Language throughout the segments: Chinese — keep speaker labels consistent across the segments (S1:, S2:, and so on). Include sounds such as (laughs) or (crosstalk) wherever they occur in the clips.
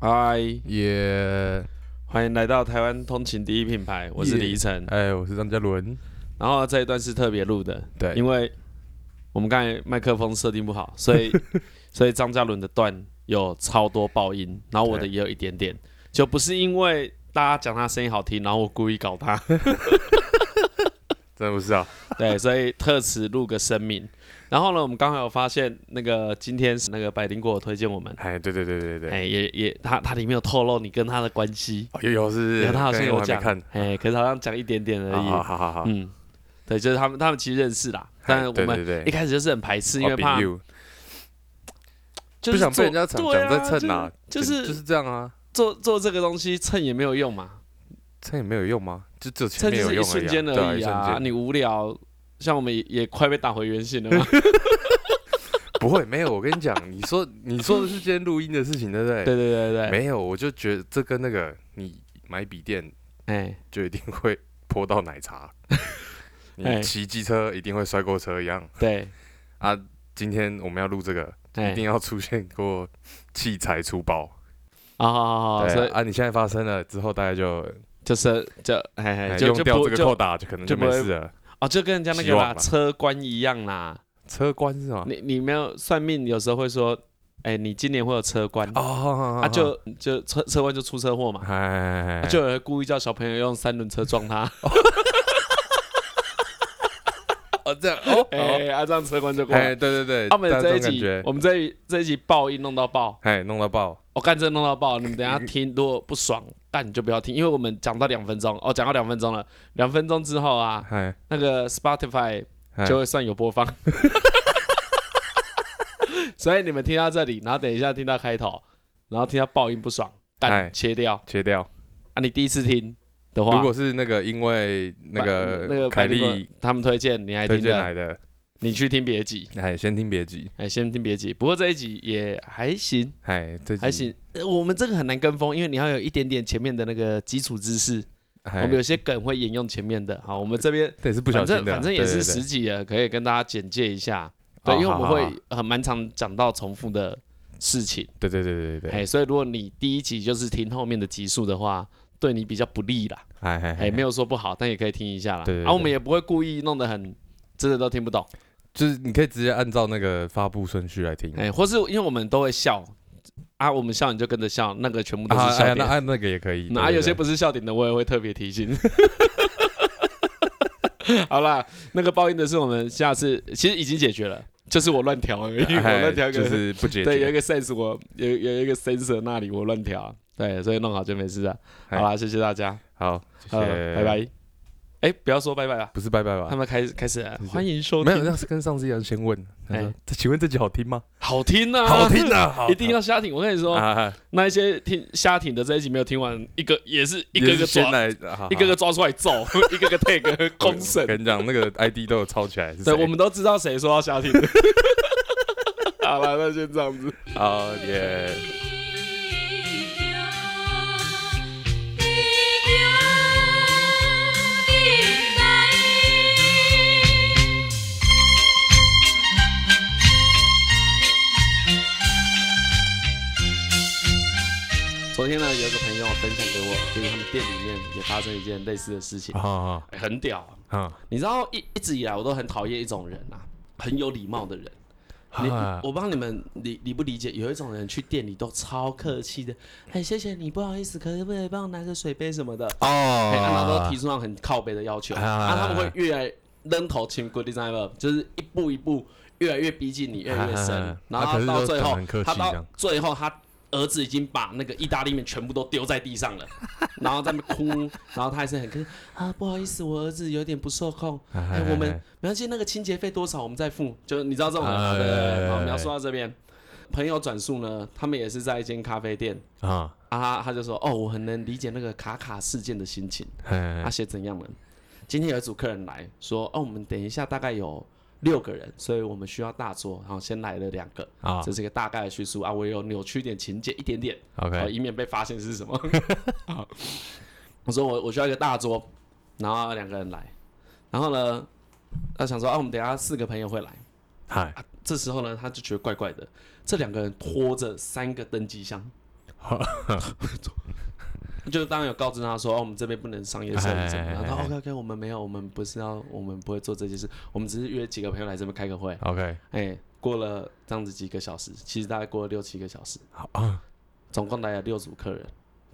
S1: 嗨，
S2: 耶！
S1: 欢迎来到台湾通勤第一品牌，我是
S2: Yeah
S1: 黎晨。
S2: 哎，我是张嘉伦。
S1: 然后这一段是特别录的，
S2: 对，
S1: 因为我们刚才麦克风设定不好，所
S2: (laughs)
S1: 以所以张嘉伦的段有超多爆音，然后我的
S2: 对
S1: 也有一点点，就不是因为大家讲他声音好听，然后我故意搞
S2: (laughs)
S1: 他，
S2: 真的不是啊。
S1: 对，所以特此录个声明。然后呢，我们刚好有发现那个今天是那个百灵果推荐我们，
S2: 哎，对对对对对，
S1: 哎，也也他他里面有透露你跟他的关系，
S2: 哦有有是，
S1: 有他好
S2: 刚
S1: 像
S2: 才
S1: 有
S2: 我还没
S1: 讲
S2: 看， (laughs)
S1: 哎，可是好像讲一点点而
S2: 好
S1: 已，
S2: 好好好好，
S1: 嗯，对，就是他们他们其实认识啦，但
S2: 哎
S1: 我
S2: 对
S1: 们
S2: 对对
S1: 一开始就是很排斥，因为
S2: 哦比
S1: 怕
S2: you
S1: 就是
S2: 不想
S1: 做
S2: 被人家讲
S1: 对啊
S2: 讲在蹭啊，
S1: 就
S2: 就
S1: 就是
S2: 就是这样啊，
S1: 做做这个东西蹭也没有用嘛，
S2: 蹭也没有用吗？就只有前
S1: 蹭
S2: 面
S1: 就
S2: 有
S1: 是一
S2: 用而
S1: 瞬
S2: 已
S1: 间
S2: 啊，
S1: 而已
S2: 对啊，一
S1: 啊，
S2: 瞬间
S1: 你无聊，像我们也也快被打回原形了嘛，
S2: 不会没有。我跟你讲，你说 (laughs) 你说的是今天录音的事情，对不
S1: (laughs)
S2: 对？
S1: 对对对对对，
S2: 没有，我就觉得这跟那个你买笔电
S1: 哎，
S2: 就一定会泼到奶茶，
S1: (laughs) 哎
S2: 你骑机车一定会摔过车一样
S1: 对，
S2: 啊。今天我们要录这个，
S1: 哎
S2: 一定要出现过器材粗暴。
S1: 啊好好好，
S2: 对
S1: 所以
S2: 啊，你现在发生了之后，大概就
S1: 就是就哎哎
S2: 哎
S1: 就
S2: 用
S1: 就
S2: 掉
S1: 不
S2: 这个
S1: 就
S2: 扣打，就可能
S1: 就
S2: 就
S1: 不
S2: 没
S1: 会
S2: 事了。
S1: 哦，就跟人家那
S2: 希
S1: 个
S2: 望啊
S1: 啦
S2: 吧
S1: 车官一样啦，
S2: 车关是吗？
S1: 你你没有算命，有时候会说，哎，你今年会有车官，
S2: 哦，
S1: 啊就就车车官就出车祸嘛。
S2: 哎，
S1: 啊就有人故意叫小朋友用三轮车撞他，
S2: 哦这样哦，
S1: (laughs) 哎，啊，这样车关就过来
S2: 哎，。对对对，
S1: 他们
S2: 大家
S1: 这一
S2: 种感
S1: 集
S2: 觉，
S1: 我们这一这一集爆音弄到爆，
S2: 哎，弄到爆，
S1: 我、干真弄到爆。你们等一下听，如果不爽，干你就不要听，因为我们讲到两分钟，哦，讲到两分钟了，两分钟之后啊，
S2: 哎，
S1: 那个 Spotify
S2: 哎
S1: 就会算有播 (laughs) 放。所以你们听到这里，然后等一下听到开头，然后听到爆音不爽，
S2: 哎
S1: 干切掉
S2: 切掉。
S1: 啊！你第一次听的话，
S2: 如果是那个因为那
S1: 把那个
S2: 个凯
S1: 百灵
S2: 莉
S1: 果他们推荐你还
S2: 推
S1: 听
S2: 荐
S1: 的，
S2: 来的，
S1: 你去听别集，
S2: 哎，先听别急，
S1: 哎，先听别集。不过这一集也还行。
S2: 哎，这集
S1: 还，行、呃我们这个很难跟风，因为你要有一点点前面的那个基础知识。我
S2: 哎
S1: 们，有些梗会沿用前面的，好，我们这边
S2: 这也是不小
S1: 反
S2: 心
S1: 正
S2: 的，
S1: 反正也
S2: 对
S1: 是
S2: 对
S1: 十
S2: 对
S1: 几了，可以跟大家简介一下。对，
S2: 哦
S1: 因为我们
S2: 好好
S1: 会很蛮常讲到重复的事情，
S2: 对对对对对，
S1: 哎，所以如果你第一集就是听后面的集数的话，对你比较不利啦。
S2: 哎哎
S1: 哎，没有说不好，但也可以听一下啦。
S2: 对对对
S1: 啊，我们也不会故意弄得很真的都听不懂，
S2: 就是你可以直接按照那个发布顺序来听，
S1: 哎，或是因为我们都会笑啊，我们笑你就跟着笑，那个全部都是
S2: 啊哎
S1: 笑
S2: 呀
S1: 点
S2: 那。按那个也可以，
S1: 那、啊
S2: 对对
S1: 有些
S2: 对
S1: 不是笑点的，我也会特别提醒。 (laughs) 好啦，那个报应的是我们下次其实已经解决了，就是我乱调而已， (laughs) 我
S2: 哎
S1: 乱调一个、
S2: 就是不解决，
S1: 对，有一个 sense 我有有一个 sensor 那里我乱调，对，所以弄好就没事了。
S2: 哎
S1: 好啦，谢谢大家，
S2: 好，谢谢，
S1: 呃，拜，拜。哎，不要说拜拜了，
S2: 不是拜拜
S1: 他
S2: 吧？
S1: 们开始开始了
S2: 谢谢
S1: 欢迎收
S2: 没有，
S1: 听，
S2: 那是跟上次一样，先问，他说
S1: 哎
S2: 这请问这集好听吗？
S1: 好听啊，
S2: 好听啊，好，
S1: (laughs) 一定要瞎听。我跟你说，
S2: 啊，
S1: 那一些听瞎听的这一集没有听完，一个也是一个
S2: 也
S1: 个
S2: 是
S1: 抓
S2: 先来，好好
S1: 一个个抓出来揍， (laughs) 一个个
S2: (laughs)
S1: take 公审。
S2: 跟你讲，那个 ID 都有抄起来，是
S1: 对，
S2: 谁
S1: 我们都知道谁说要下听。 (laughs) 好了，那先这样子。
S2: 好哦耶。
S1: 昨天呢，有一个朋友分享给我，就是他们店里面也发生一件类似的事情，
S2: 好好
S1: 哎很屌啊。
S2: 好
S1: 你知道一一直以来我都很讨厌一种人啊，很有礼貌的人。你
S2: 啊
S1: 我帮你们理理不理解？有一种人去店里都超客气的，哎，谢谢你，不好意思，可不可以帮我拿个水杯什么的？
S2: 哦
S1: 哎，然后都提出那种很靠北的要求，
S2: 啊
S1: 那他们会越来扔头轻骨 designer，就是一步一步越来越逼近你，越来越
S2: 啊啊
S1: 深
S2: 啊，
S1: 然
S2: 啊
S1: 后
S2: 可是
S1: 到
S2: 都
S1: 最
S2: 讲
S1: 后
S2: 很客，气
S1: 他
S2: 这
S1: 到
S2: 样
S1: 最后他。儿子已经把那个意大利面全部都丢在地
S2: (laughs)
S1: 上了，然后在那边哭，然后他还是很客气啊，不好意思，我儿子有点不受控，
S2: 啊
S1: 哎，我们没关系，那个清洁费多少我们再付，就是你知道这种人，
S2: 哎
S1: 对对对
S2: 哎
S1: 好，
S2: 哎
S1: 我们要说到这边，朋友转述呢，他们也是在一间咖啡店，
S2: 啊，
S1: 啊，他就说哦，我很能理解那个卡卡事件的心情。他
S2: 哎
S1: 啊写怎样呢？今天有一组客人来说，哦，我们等一下大概有六个人，所以我们需要大桌，然后先来了两个，
S2: 啊
S1: 这是一个大概的叙述啊，我有扭曲一点情节一点点，好，
S2: ，OK，
S1: 以免被发现是什么。 (laughs) 好，我说我我需要一个大桌，然后两个人来，然后呢，他想说啊，我们等一下四个朋友会来，
S2: 嗨， (laughs)
S1: 这时候呢，他就觉得怪怪的，这两个人拖着三个登机箱，就当然有告知他说，哦，我们这边不能商业摄影什么的。
S2: 哎哎哎哎
S1: 然后 OK OK，我们没有，我们不是要，我们不会做这件事，我们只是约几个朋友来这边开个
S2: (laughs)
S1: 会。
S2: OK，
S1: 哎、过了这样子几个小时，其实大概过了六七个小时，
S2: 好啊，
S1: 总共大概有六组客人，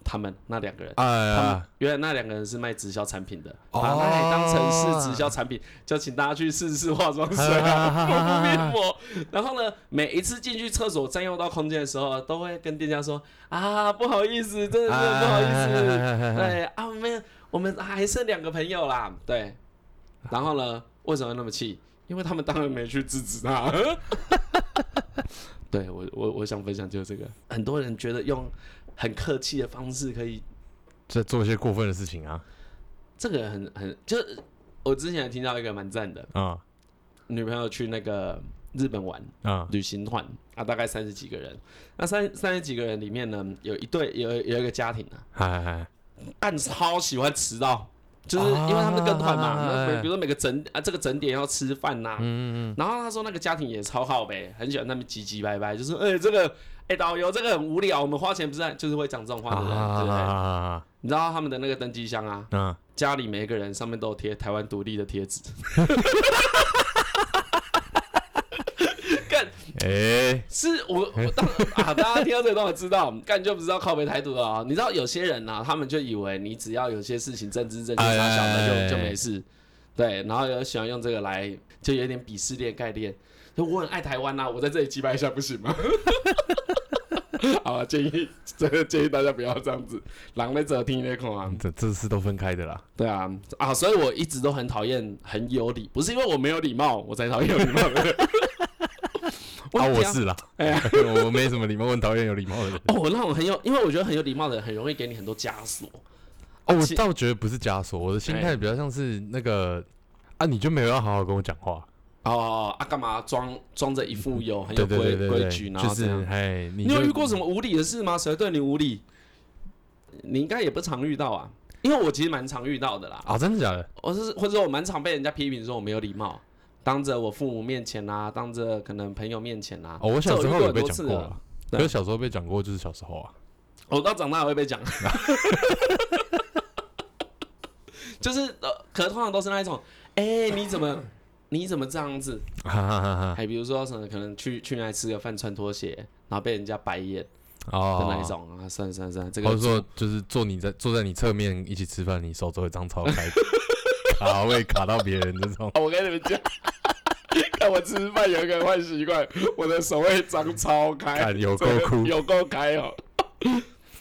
S1: 他们那两个人。他们
S2: 啊，
S1: 原来那两个人是卖直销产品的，
S2: 哦
S1: 把那里当成是直销产品，就请大家去试试化妆水啊、护肤面膜。然后呢，每一次进去厕所占用到空间的时候，都会跟店家说啊，不好意思，真的是不好意思，对啊，没有，我们还剩两个朋友啦，对。然后呢，为什么那么气？因为他们当然没去制止他。对我，我我想分享就是这个，很多人觉得用很客气的方式可以
S2: 在做一些过分的事情啊，
S1: 这个很很，就是我之前也听到一个蛮赞的，
S2: 啊
S1: 女朋友去那个日本玩
S2: 啊
S1: 旅行团啊，大概三十几个人，那三三十几个人里面呢，有一对有有一个家庭啊，
S2: 嗨嗨嗨，
S1: 但超喜欢迟到。就是因为他们跟团嘛，
S2: 啊
S1: 那每比如说每个整啊这个整点要吃饭呐、
S2: 嗯嗯
S1: 然后他说那个家庭也超好呗，很喜欢那么唧唧歪歪，就是哎、这个哎、导游这个很无聊，我们花钱不是在就是会讲这种
S2: 嗯，
S1: 话的人，对不对？
S2: 啊
S1: 你知道他们的那个登机箱啊，
S2: 啊，
S1: 家里每一个人上面都有贴台湾独立的贴
S2: (laughs)
S1: 纸，
S2: 哎，
S1: 是我我当啊，大家听到这个都有知道，干就不知道靠北台独了啊、你知道有些人啊，他们就以为你只要有些事情政治正确
S2: 哎
S1: 啥小
S2: 哎哎
S1: 的
S2: 哎
S1: 就就没事，对，然后有喜欢用这个来就有点鄙视链概念，就我很爱台湾呐、啊我在这里击败一下不行
S2: (laughs)
S1: 吗？好啊，建议真的建议大家不要这样子，狼在这听那空啊，
S2: 这这是都分开的啦，
S1: 对啊啊，所以我一直都很讨厌很有礼，不是因为我没有礼貌，我才讨厌有礼貌的人。
S2: (laughs) 啊，
S1: 一定
S2: 我
S1: 要
S2: 是 (laughs) 啦，
S1: 哎 (laughs) 呀
S2: 我没什么礼貌，我很讨厌有礼貌的人。
S1: 哦，我那种很有，因为我觉得很有礼貌的人很容易给你很多枷锁。
S2: 哦，我
S1: 其
S2: 倒觉得不是枷锁，我的心态比较像是那个啊，你就没有要好好跟我讲话，
S1: 哦啊，干嘛装装着一副有很
S2: 对
S1: 有
S2: 对
S1: 规
S2: 对对
S1: 规
S2: 对，
S1: 矩，然
S2: 就
S1: 后这
S2: 是
S1: 样？
S2: 哎，你
S1: 你有
S2: 就
S1: 遇过什么无理的事吗？谁对你无理？你应该也不常遇到啊，因为我其实蛮常遇到的啦。
S2: 啊？真的假的？
S1: 我是或者说我蛮常被人家批评说我没有礼貌，当着我父母面前啊，当着可能朋友面前啊。
S2: 哦，我小
S1: 这
S2: 时
S1: 遇
S2: 候
S1: 过
S2: 有
S1: 很
S2: 被
S1: 多
S2: 讲
S1: 次
S2: 过
S1: 了
S2: 啊，
S1: 对
S2: 可是小时候被讲过就是小时
S1: (laughs)
S2: 候啊，
S1: 我到长大也会被讲， (laughs) 就是呃，可是通常都是那一种，哎、你怎么你怎么这样子？哎
S2: 哈哈哈哈
S1: 还比如说什么可能去去那里吃个饭穿拖鞋，然后被人家白眼的
S2: 哦，
S1: 那一种、啊，算了算了算了，这
S2: 或者
S1: 个。
S2: 说就是坐你在坐在你侧面一起吃饭，你手肘会张超开， (laughs) 卡位卡到别人这种
S1: (laughs) 哦我跟你们讲，看我吃饭有一个坏习惯，我的手会张超开
S2: 干有够酷
S1: 哎有够开哦， (laughs)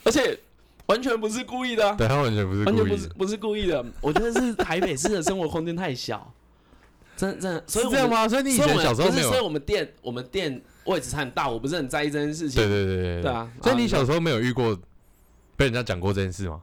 S1: 而且完全不是故意的啊、
S2: 对他完全不是
S1: 完
S2: 故
S1: 全
S2: 意
S1: 不是
S2: 的，
S1: 不是故意的，我觉得是台北市的生活空间太小， (laughs) 真真的，所以
S2: 是
S1: 我
S2: 这样
S1: 们？
S2: 吗？所以你以
S1: 所以我
S2: 前
S1: 们
S2: 小时候
S1: 不
S2: 没
S1: 是，所以
S2: 有，
S1: 我们店我们店位置很大，我不是很在意这件事情。
S2: 对对对对
S1: 对啊
S2: 所以
S1: 啊
S2: 你
S1: 你
S2: 小时候没有遇过被人家讲过这件事吗？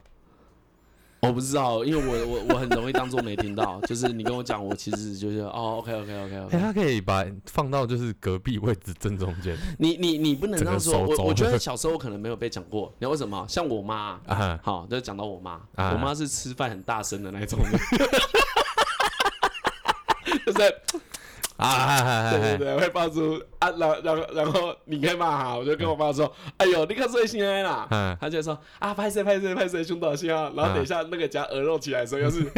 S1: 我不知道，因为我我我很容易当做没听到， (laughs) 就是你跟我讲，我其实就是哦，OK OK OK
S2: 哎，
S1: OK，
S2: 他可以把放到就是隔壁位置正中间
S1: 你你你不能这样说，
S2: 整个手
S1: 我
S2: 肘
S1: 我觉得小时候可能没有被讲过，你知道为什么？像我妈，
S2: (laughs) 啊，
S1: 好，就讲到我妈，
S2: 啊
S1: 我妈是吃饭很大声的那种 (laughs) 人，就是
S2: (laughs) 啊，
S1: 对对对，会爆出啊，然后然后然后你可以骂他，我就跟我妈说，哎呦，你可最心哀啦。
S2: 嗯
S1: 他就说啊，拍谁拍谁拍谁，胸导线啊，然后等一下那个夹鹅肉起来的时候，又是
S2: 嗯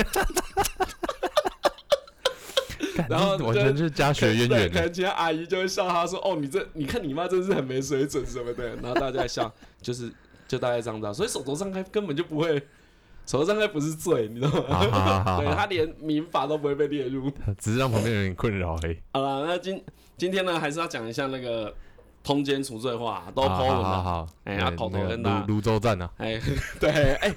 S2: 干
S1: 然后
S2: 这 (laughs) 完全就是家学渊源
S1: 可
S2: 的
S1: 能其他阿姨就会笑他说：“哦，你这你看你妈真是很没水准什么的。”然后大家笑，就是就大概这样子啊、所以手头张开根本就不会，手头张开不是罪，你知道吗？
S2: 啊好好好好
S1: 对
S2: 好
S1: 他连民法都不会被列入。
S2: 只是让旁边人有点困扰而已。
S1: 好了，那今今天呢，还是要讲一下那个通奸除罪化、都
S2: 啊好
S1: 抛文
S2: 好好
S1: 了。
S2: 好，
S1: 哎
S2: 对
S1: 哦啊口头
S2: 那个
S1: 跟大家
S2: 泸泸州站啊，
S1: 哎， (laughs) 对，哎，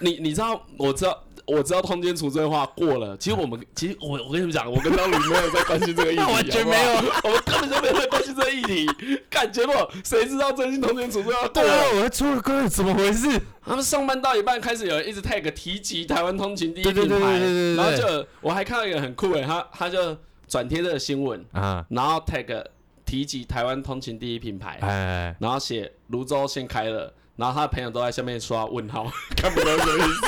S1: 你你知道，我知道。我知道通奸除罪化过了，其实我们其实我我跟你们讲，我跟张鲁没有在关心这个议题，
S2: (laughs) 完全没有
S1: 好不好，我们根本就没有在关心这个议题。干结果谁知道真心通奸除罪化过
S2: 对啊
S1: 了？，
S2: 我还出了歌，怎么回事？
S1: 他们上班到一半开始有人一直 tag 提及台湾通勤第一
S2: 对对
S1: 品
S2: 对
S1: 牌
S2: 对对对对，
S1: 然后就我还看到一个很酷诶，他他就转贴这个新闻，
S2: 啊，
S1: 然后 tag 提及台湾通勤第一品牌，
S2: 哎，
S1: 然后写泸州先开了，然后他的朋友都在下面刷问号， (laughs) 看不懂什么意思。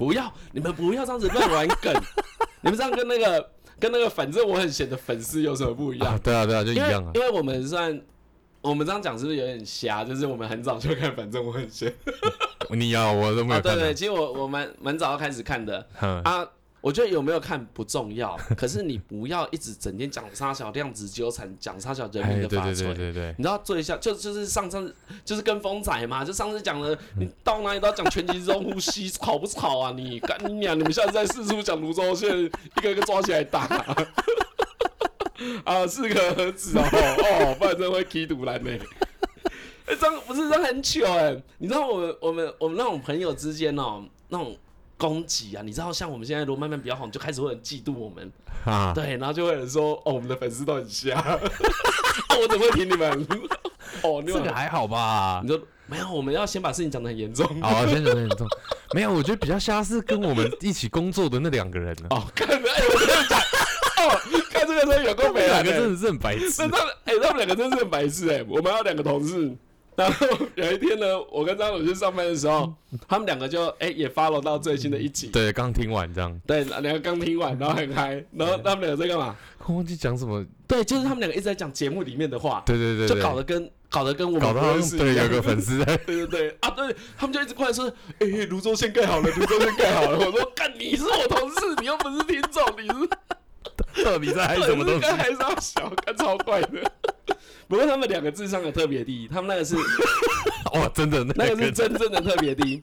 S1: 不要，你们不要这样子乱玩梗， (laughs) 你们这样跟那个跟那个反正我很闲的粉丝有什么不一样？
S2: 啊对啊对啊，就一
S1: 因为
S2: 样啊
S1: 因。为我们算我们这样讲是不是有点瞎？就是我们很早就看，反正我很闲
S2: 你要我 (laughs) 都没
S1: 啊。
S2: 有
S1: 对
S2: 看
S1: 对，
S2: 到。嗯
S1: 其实我我蛮蛮早就开始看的
S2: 哼
S1: 啊。我觉得有没有看不重要，可是你不要一直整天讲沙小量子纠缠，讲沙小人民
S2: 哎，对
S1: 的法
S2: 对
S1: 锤
S2: 对。对对，
S1: 你知道最像就就是上上就是跟风仔嘛，就上次讲的，你到哪里都要讲全集中呼吸，吵不吵啊你？干你娘！你们下次再四处讲泸州县，一个一个抓起来打。啊，四个盒子哦，哦，不然真的会踢独篮呢。哎、这样不是这样很糗哎、你知道我们我们我们那种朋友之间哦，那种攻击啊，你知道像我们现在如果慢慢比较红，就开始会很嫉妒我们。
S2: 啊，
S1: 对，然后就会有人说，哦，我们的粉丝都很瞎， (laughs) 我怎么会听你们？哦，你
S2: 这
S1: 们
S2: 个还好吧
S1: 你？说没有，我们要先把事情讲得很严重。
S2: 好，哦先讲先重。没有，我觉得比较瞎是跟我们一起工作的那两个人啊呢，
S1: 哦，看，哎、我真的讲，哦，看这个真的有 (laughs) 够
S2: 那
S1: 没
S2: 两
S1: 来
S2: 个
S1: 的、
S2: 真的是很白痴
S1: 那。他们哎、他们两个真是很白痴哎、我们还有两个同事，然后有一天呢，我跟张总去上班的时候，他们两个就哎、也 follow 到最新的一集。
S2: 对，刚听完这样，
S1: 对，两个刚听完，然后很嗨，然后他们两个在干嘛？
S2: 我忘记讲什么。
S1: 对，就是他们两个一直在讲节目里面的话，
S2: 对对对
S1: 就
S2: 对，
S1: 搞得跟搞得跟我们
S2: 搞
S1: 不
S2: 得好
S1: 认
S2: 像
S1: 识
S2: 对
S1: 一样
S2: 有个粉丝
S1: (laughs)
S2: 在，
S1: 对对对啊，对他们就一直过来说，哎、泸州县盖好了，泸州县盖好了。我说，干，你是我同事，你又不是听众，你
S2: (laughs)
S1: 是
S2: 到底在嗨什么东
S1: 你
S2: 西
S1: 是？
S2: (laughs)
S1: 还是要小，干超怪的。 (laughs) 不过他们两个智商有特别低，他们那
S2: (laughs)
S1: 个是
S2: 哇，哦真的那
S1: 那
S2: 个
S1: 个是真正的特别低，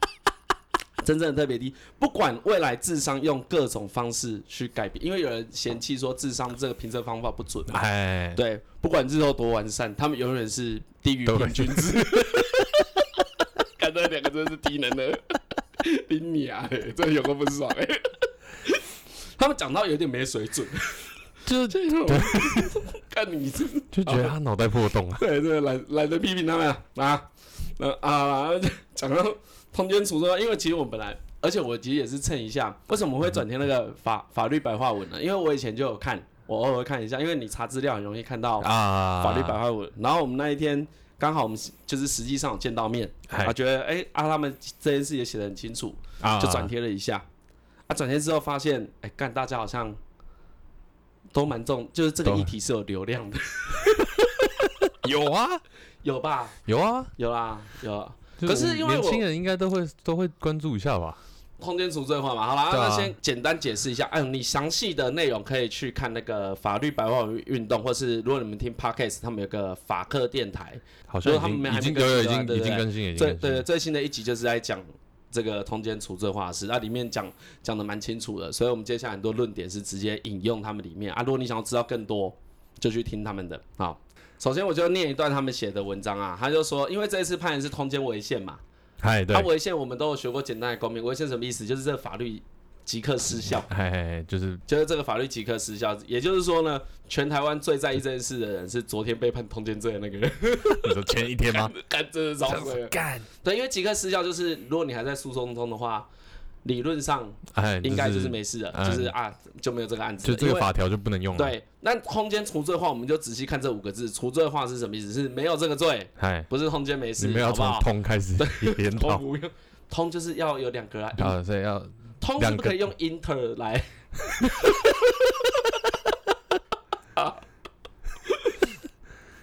S1: (laughs) 真正的特别低。不管未来智商用各种方式去改变，因为有人嫌弃说智商这个评测方法不准啊嘛，
S2: 哎，
S1: 对，不管日后多完善，他们永远是低于
S2: 都会
S1: 平均值。 (laughs) 看这两个真是低能的，顶你啊！欸真的有个不爽哎、欸他们讲到有点没水准，
S2: 就就
S1: (laughs) 这种看你是
S2: 就觉得他脑袋破洞啊。
S1: 对对懒懒得批评他们啊啊，那啊讲到通奸除罪，因为其实我本来，而且我其实也是蹭一下，为什么会转贴那个法法律白话文呢？因为我以前就有看，我偶尔会看一下，因为你查资料很容易看到
S2: 啊，
S1: 法律白话文。然后我们那一天刚好我们是就是实际上有见到面，
S2: 嗨
S1: 啊，觉得哎、啊他们这件事也写得很清楚，
S2: 啊，
S1: 就转贴了一下。啊，转贴之后发现，哎、干大家好像都蛮重，就是这个
S2: 都
S1: 议题是有流量
S2: (laughs)
S1: 的，
S2: 有啊
S1: 有吧？
S2: 有啊。
S1: 有啦，有啦。
S2: 就
S1: 可是因为
S2: 年
S1: 我
S2: 轻人应该都会都会关注一下吧？
S1: 通奸除罪化嘛，好啦，
S2: 对啊
S1: 那先简单解释一下。嗯，你详细的内容可以去看那个法律白话文运动，或是如果你们听 podcast，他们有个法客电台，
S2: 好像
S1: 就是他
S2: 已
S1: 们
S2: 经
S1: 还
S2: 已
S1: 没
S2: 经
S1: 更
S2: 有有已
S1: 新啊
S2: 经
S1: 对
S2: 已
S1: 不
S2: 经
S1: 对
S2: 更新了，已经
S1: 最
S2: 更新
S1: 对
S2: 了
S1: 对最新的一集就是在讲这个通奸除罪化事，那里面讲讲的蛮清楚的，所以我们接下来很多论点是直接引用他们里面啊。如果你想要知道更多，就去听他们的。好，首先我就念一段他们写的文章啊，他就说，因为这一次判的是通奸违宪嘛，
S2: 嗨哎对
S1: 他，违啊宪我们都有学过简单的公民，违宪什么意思？就是这个法律即刻失效。
S2: 嗨嗨嗨哎就是
S1: 就是这个法律即刻失效，也就是说呢，全台湾最在意这件事的人是昨天被判通奸罪的那个人， (laughs)
S2: 你说前一天吗？
S1: 干真的遭罪了。
S2: 干，
S1: 对，因为即刻失效就是，如果你还在诉讼中的话，理论上
S2: 哎，
S1: 应该就是没事了，
S2: 嗯
S1: 就是啊就没有这个案子
S2: 就
S1: 了。
S2: 这个
S1: 因为
S2: 法啊条就不能用了。，
S1: 对，那通奸除罪化，我们就仔细看这五个字，除罪化是什么意思？是没有这个罪，
S2: 嗨，
S1: 不是通奸没
S2: 你
S1: 事
S2: 们，要
S1: 好不
S2: 从
S1: 好？
S2: 通开始研
S1: 通
S2: 讨 (laughs)
S1: 不用，通就是要有两个啊，
S2: 啊，所以要
S1: 通是
S2: 两
S1: 不
S2: 个
S1: 可以用 inter 来。 (laughs)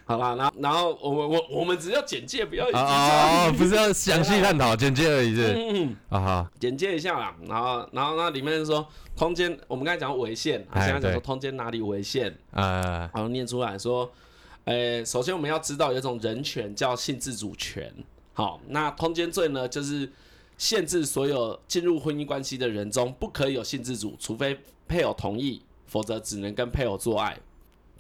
S1: 好啦，然后然后我们我我们只要简介，不要一直
S2: 啊
S1: 这
S2: 啊
S1: 样
S2: 啊，不是要详细探讨，简介而已是
S1: 嗯嗯，嗯
S2: 啊哈，
S1: 简介一下啦。然后然后那里面说通奸，我们刚才讲违宪，啊
S2: 哎
S1: 现在讲说
S2: 对
S1: 通奸哪里违宪，
S2: 呃，
S1: 然后念出来说，呃，首先我们要知道有一种人权叫性自主权。好，那通奸罪呢，就是限制所有进入婚姻关系的人中不可以有性自主，除非配偶同意，否则只能跟配偶做爱。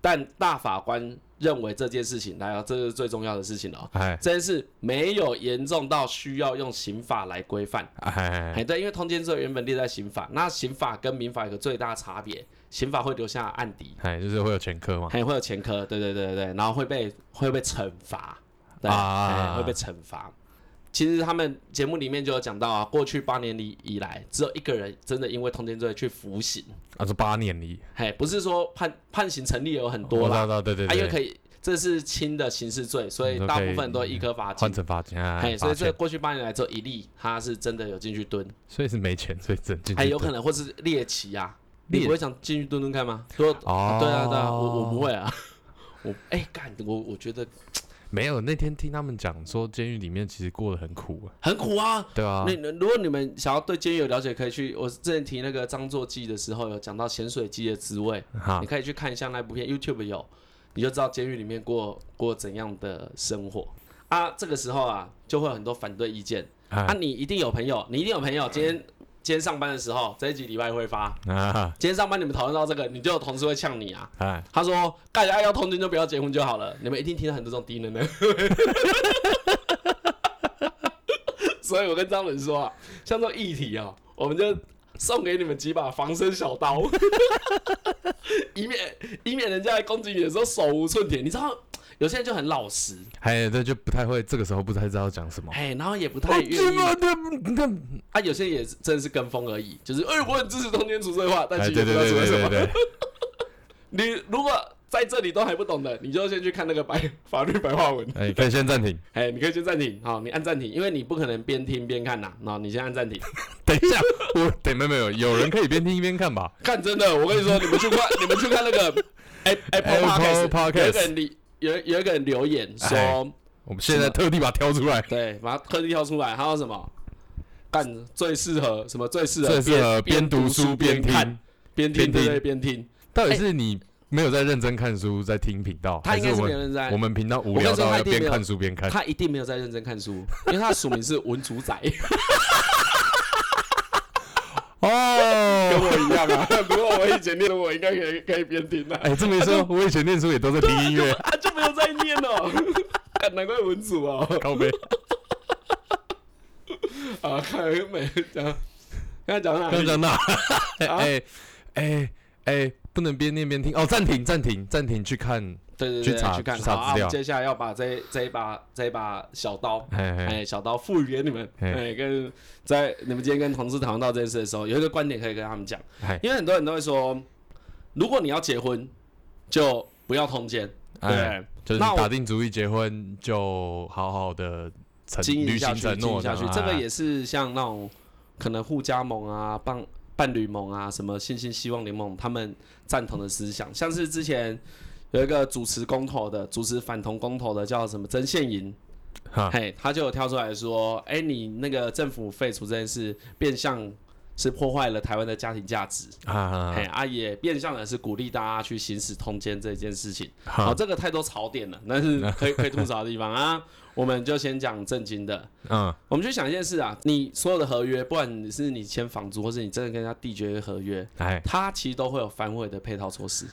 S1: 但大法官认为这件事情，来、啊，这是最重要的事情了哦。
S2: 哎
S1: 这件事没有严重到需要用刑法来规范。
S2: 哎
S1: 哎，对，因为通奸罪原本列在刑法，那刑法跟民法有个最大差别，刑法会留下案底，
S2: 哎，就是会有前科嘛，
S1: 还会有前科，对对对对对，然后会被会被惩罚，对，
S2: 啊
S1: 哎会被惩罚。其实他们节目里面就有讲到啊，过去八年里以来，只有一个人真的因为通奸罪去服刑，
S2: 啊，是八年里，
S1: 嘿，不是说判判刑成立有很多
S2: 哦我知
S1: 啦，
S2: 道，对对嗯
S1: 啊，因为
S2: 对，
S1: 可以，这是轻的刑事罪，所以大部分都一颗罚
S2: 换
S1: 金，
S2: 成罚钱，
S1: 嘿，
S2: 哎，
S1: 所以
S2: 罚
S1: 这
S2: 钱，
S1: 过去八年来只有一例，他是真的有进去蹲，
S2: 所以是没钱，所以只能进去，
S1: 还有可能或是猎奇啊，你
S2: 猎
S1: 不会想进去蹲蹲看吗？说
S2: 哦
S1: (laughs) 啊对啊，对啊，我我不会啊，我哎干、我我觉得
S2: 没有，那天听他们讲说，监狱里面其实过得很苦啊，
S1: 很苦啊。
S2: 对啊
S1: 那，那如果你们想要对监狱有了解，可以去我之前提那个张作骥的时候，有讲到咸水鸡的滋味，
S2: 哈
S1: 你，可以去看一下那部片，YouTube 有，你就知道监狱里面过过怎样的生活啊。这个时候啊，就会有很多反对意见啊。
S2: 啊
S1: 你一定有朋友，你一定有朋友，今天今天上班的时候，这一集礼拜会发。
S2: 啊
S1: 今天上班你们讨论到这个，你就有同事会呛你啊。
S2: 啊！
S1: 他说：“大家要同居就不要结婚就好了。”你们一定听到很多这种低能的。 (laughs) 所以我跟张伦说啊，像这种议题啊，我们就送给你们几把防身小刀， (laughs) 以免以免人家来攻击你的时候手无寸铁。你知道有些人就很老实，
S2: 还哎有，这就不太会，这个时候不太知道讲什么。
S1: 哎，然后也不太愿
S2: 这
S1: 意
S2: 么那那
S1: 啊。有些人也是真的是跟风而已，就是哎，我很支持通奸除罪化，但
S2: 哎，
S1: 其实也
S2: 对
S1: 不
S2: 对
S1: 知道
S2: 对
S1: 除
S2: 对
S1: 罪什
S2: 对
S1: 么。
S2: 对，
S1: 你如果在这里都还不懂的，你就先去看那个白 (laughs) 法律白话文。
S2: 哎，可以先暂停。
S1: 哎，你可以先暂停，好，你按暂停，因为你不可能边听边看呐、那你先按暂 (laughs) 停。
S2: 等一下，我等没有没有，有人可以边听一边看吧？
S1: 看真的，我跟你说，你们去看， (laughs) 你们去看那个 A- (laughs) Apple
S2: Apple
S1: Podcast，有一个
S2: Podcast
S1: 人里有有一个人留言说
S2: 哎，我们现在特地把它挑出来，
S1: 对，把它特地挑出来，还有什么？干最适合什么？最适合
S2: 这适合
S1: 边
S2: 边读书边
S1: 看
S2: 听。，
S1: 边听
S2: 边听
S1: 对对边听。
S2: 到底是你没有在认真看书，在听频道，
S1: 他
S2: 还
S1: 应该
S2: 是
S1: 是
S2: 我
S1: 没有
S2: 们
S1: 认真
S2: 我
S1: 在，
S2: 们频道无聊到要边看书边看？
S1: 他一定没有在认真看书，因为他的署名是文竹仔，跟 (laughs)
S2: 哦，
S1: 我一样啊。如果我以前念的，我应该可以可以边听啊。
S2: 哎，这么一说，我以前念书也都在听音乐，
S1: (laughs) 啊，就没有在念哦。 (laughs) 干难怪文组哦，(laughs)
S2: 靠背。
S1: 啊，看美讲，刚才讲哪
S2: 刚
S1: 里？
S2: 讲到，
S1: 啊
S2: (laughs) 哎哎哎，不能边念边听哦，暂停暂停暂停，去看，
S1: 对对对，
S2: 去查
S1: 去看
S2: 去查
S1: 好啊
S2: 资料
S1: 我们接下来要把这这一把这一把小刀，
S2: 哎哎
S1: 哎，小刀赋予给你们。
S2: 哎
S1: 哎，跟在你们今天跟同事讨论到这件事的时候，有一个观点可以跟他们讲，
S2: 哎
S1: 因为很多人都会说，如果你要结婚，就不要通奸，对不
S2: 哎，
S1: 对。
S2: 就是
S1: 那我
S2: 打定主意结婚就好好的承
S1: 经营
S2: 履
S1: 下
S2: 行
S1: 去，
S2: 承
S1: 经营
S2: 诺啊
S1: 下
S2: 的
S1: 去，这个也是像那种可能互加盟啊、伴伴侣盟啊、什么信心希望联盟，他们赞同的思想，像是之前有一个主持公投的、主持反同公投的，叫什么曾宪营，
S2: 哈
S1: 嘿，他就有跳出来说，哎、你那个政府废除这件事，变相是破坏了台湾的家庭价值，
S2: 啊
S1: 哎、啊也变相的是鼓励大家去行使通奸这件事情。好、
S2: 好
S1: 这个太多槽点了，但是可以可以吐槽的地方啊，我们就先讲正经的。
S2: 嗯
S1: 我们就想一件事啊，你所有的合约，不管是你签房租，或是你真的跟人家缔结合约，
S2: 哎
S1: 它其实都会有反悔的配套措施，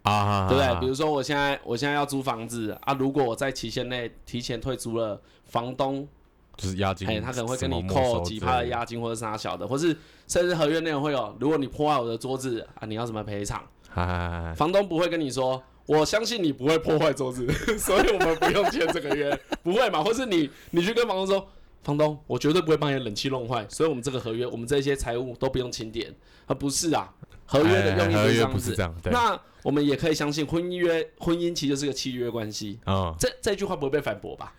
S2: 啊，
S1: 对不对？比如说我现在我现在要租房子啊，如果我在期限内提前退租了，房东
S2: 就是押金
S1: 哎、，他可能会跟
S2: 什么
S1: 你
S2: 没收
S1: 扣几趴的
S2: 之类
S1: 押金或者啥小的，或是甚至合约内容会有，如果你破坏我的桌子啊，你要什么赔偿？
S2: 的，哎哎哎
S1: 房东不会跟你说。我相信你不会破坏桌子， (laughs) 所以我们不用签这个约， (laughs) 不会嘛？或是你你去跟房东说，房东，我绝对不会把你的冷气弄坏，所以我们这个合约，我们这些财务都不用清点。啊，不是啊，合约的用意
S2: 哎
S1: 是
S2: 合
S1: 这
S2: 约
S1: 样
S2: 不是
S1: 子。
S2: 这样，对，
S1: 那我们也可以相信婚姻约，婚姻其实就是个契约关系。
S2: 嗯，
S1: 这这句话不会被反驳吧？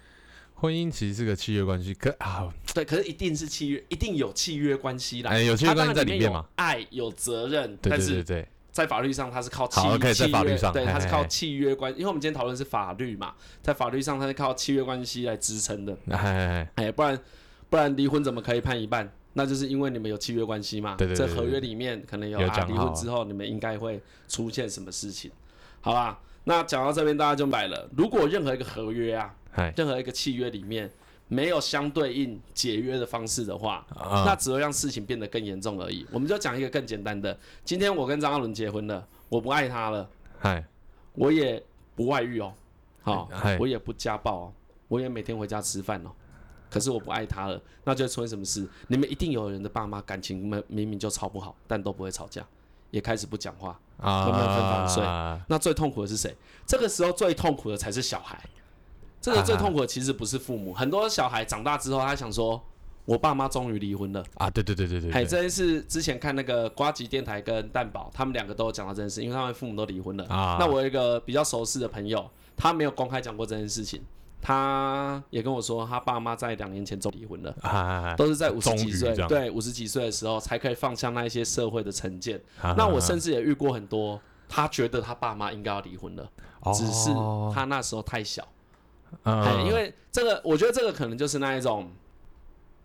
S2: 婚姻其实是个契约关系，可啊，
S1: 对，可是一定是契约，一定有契约关系啦。
S2: 哎，有契约
S1: 它
S2: 关
S1: 当然
S2: 系在
S1: 里
S2: 里面
S1: 有
S2: 嘛？
S1: 爱有责任，
S2: 对
S1: 但
S2: 对对
S1: 是
S2: 对，
S1: 在法律上它是靠契
S2: 好，OK，在
S1: 契
S2: 法律
S1: 约
S2: 上
S1: 对，
S2: 嘿
S1: 它是
S2: 嘿
S1: 靠
S2: 嘿
S1: 契约关，因为我们今天讨论是法律嘛，在法律上它是靠契约关系来支撑的，
S2: 哎哎哎，
S1: 哎，不然不然离婚怎么可以判一半？那就是因为你们有契约关系嘛，
S2: 对对对
S1: 这
S2: 对
S1: 合约里面可能有
S2: 有
S1: 啊，
S2: 讲
S1: 离
S2: 好
S1: 婚之后你们应该会出现什么事情，好吧？那讲到这边大家就买了，如果任何一个合约啊，
S2: 哎
S1: 任何一个契约里面没有相对应解约的方式的话，
S2: 啊
S1: 那只会让事情变得更严重而已。我们就讲一个更简单的，今天我跟张嘉伦结婚了，我不爱他了，
S2: 哎
S1: 我也不外遇哦，好、
S2: 哎
S1: 我也不家暴哦，我也每天回家吃饭哦，可是我不爱他了，那就会出现什么事？你们一定有人的爸妈感情明明明就超不好，但都不会吵架，也开始不讲话。
S2: 啊，
S1: 有没有分房睡那最痛苦的是谁？这个时候最痛苦的才是小孩。这个
S2: 啊
S1: 最痛苦的其实不是父母，很多小孩长大之后，他想说，我爸妈终于离婚了。
S2: 啊？对对对对对，
S1: 哎，
S2: 对
S1: 这件事之前看那个瓜吉电台跟蛋宝，他们两个都有讲到这件事，因为他们父母都离婚了。
S2: 啊
S1: 那我有一个比较熟识的朋友，他没有公开讲过这件事情，他也跟我说，他爸妈在两年前就离婚了。
S2: 啊啊啊
S1: 都是在五十
S2: 终
S1: 几
S2: 于
S1: 岁
S2: 这，样
S1: 对五十几岁的时候才可以放下那一些社会的成见。
S2: 啊
S1: 那我甚至也遇过很多，他觉得他爸妈应该要离婚了，
S2: 哦
S1: 只是他那时候太小，
S2: 啊，
S1: 哎嘿因为这个，我觉得这个可能就是那一种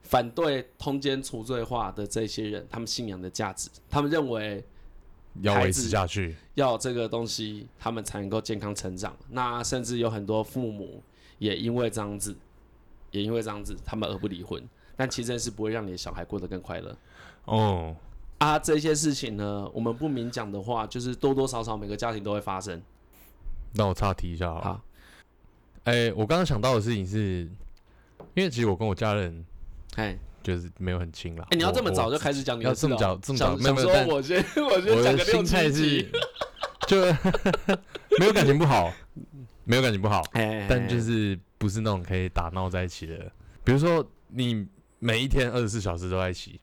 S1: 反对通奸除罪化的这些人，他们信仰的价值，他们认为
S2: 要
S1: 孩
S2: 维
S1: 子
S2: 持下去，
S1: 要有这个东西，他们呃才能够健康成长。那甚至有很多父母也因为这样子，也因为这样子，他们而不离婚。但其实这是不会让你的小孩过得更快乐
S2: 哦，
S1: 啊！这些事情呢，我们不明讲的话，就是多多少少每个家庭都会发生。
S2: 那我岔题一下好了。
S1: 好，
S2: 哎、我刚刚想到的事情是，因为其实我跟我家人
S1: 哎，
S2: 就是没有很亲啦。
S1: 哎，你要这么
S2: 我
S1: 早就开始讲你的
S2: 要
S1: 事
S2: 这
S1: 哦，
S2: 么早这么早
S1: 想
S2: 没
S1: 想
S2: 有没有
S1: 说
S2: 但
S1: 我先我
S2: 我
S1: 先讲个六
S2: 的心态
S1: 七
S2: 是
S1: 集，
S2: 就没有感情不好，没有感情不好，
S1: 哎，
S2: 但就是不是那种可以打闹在一起的。比如说你每一天二十四小时都在一起，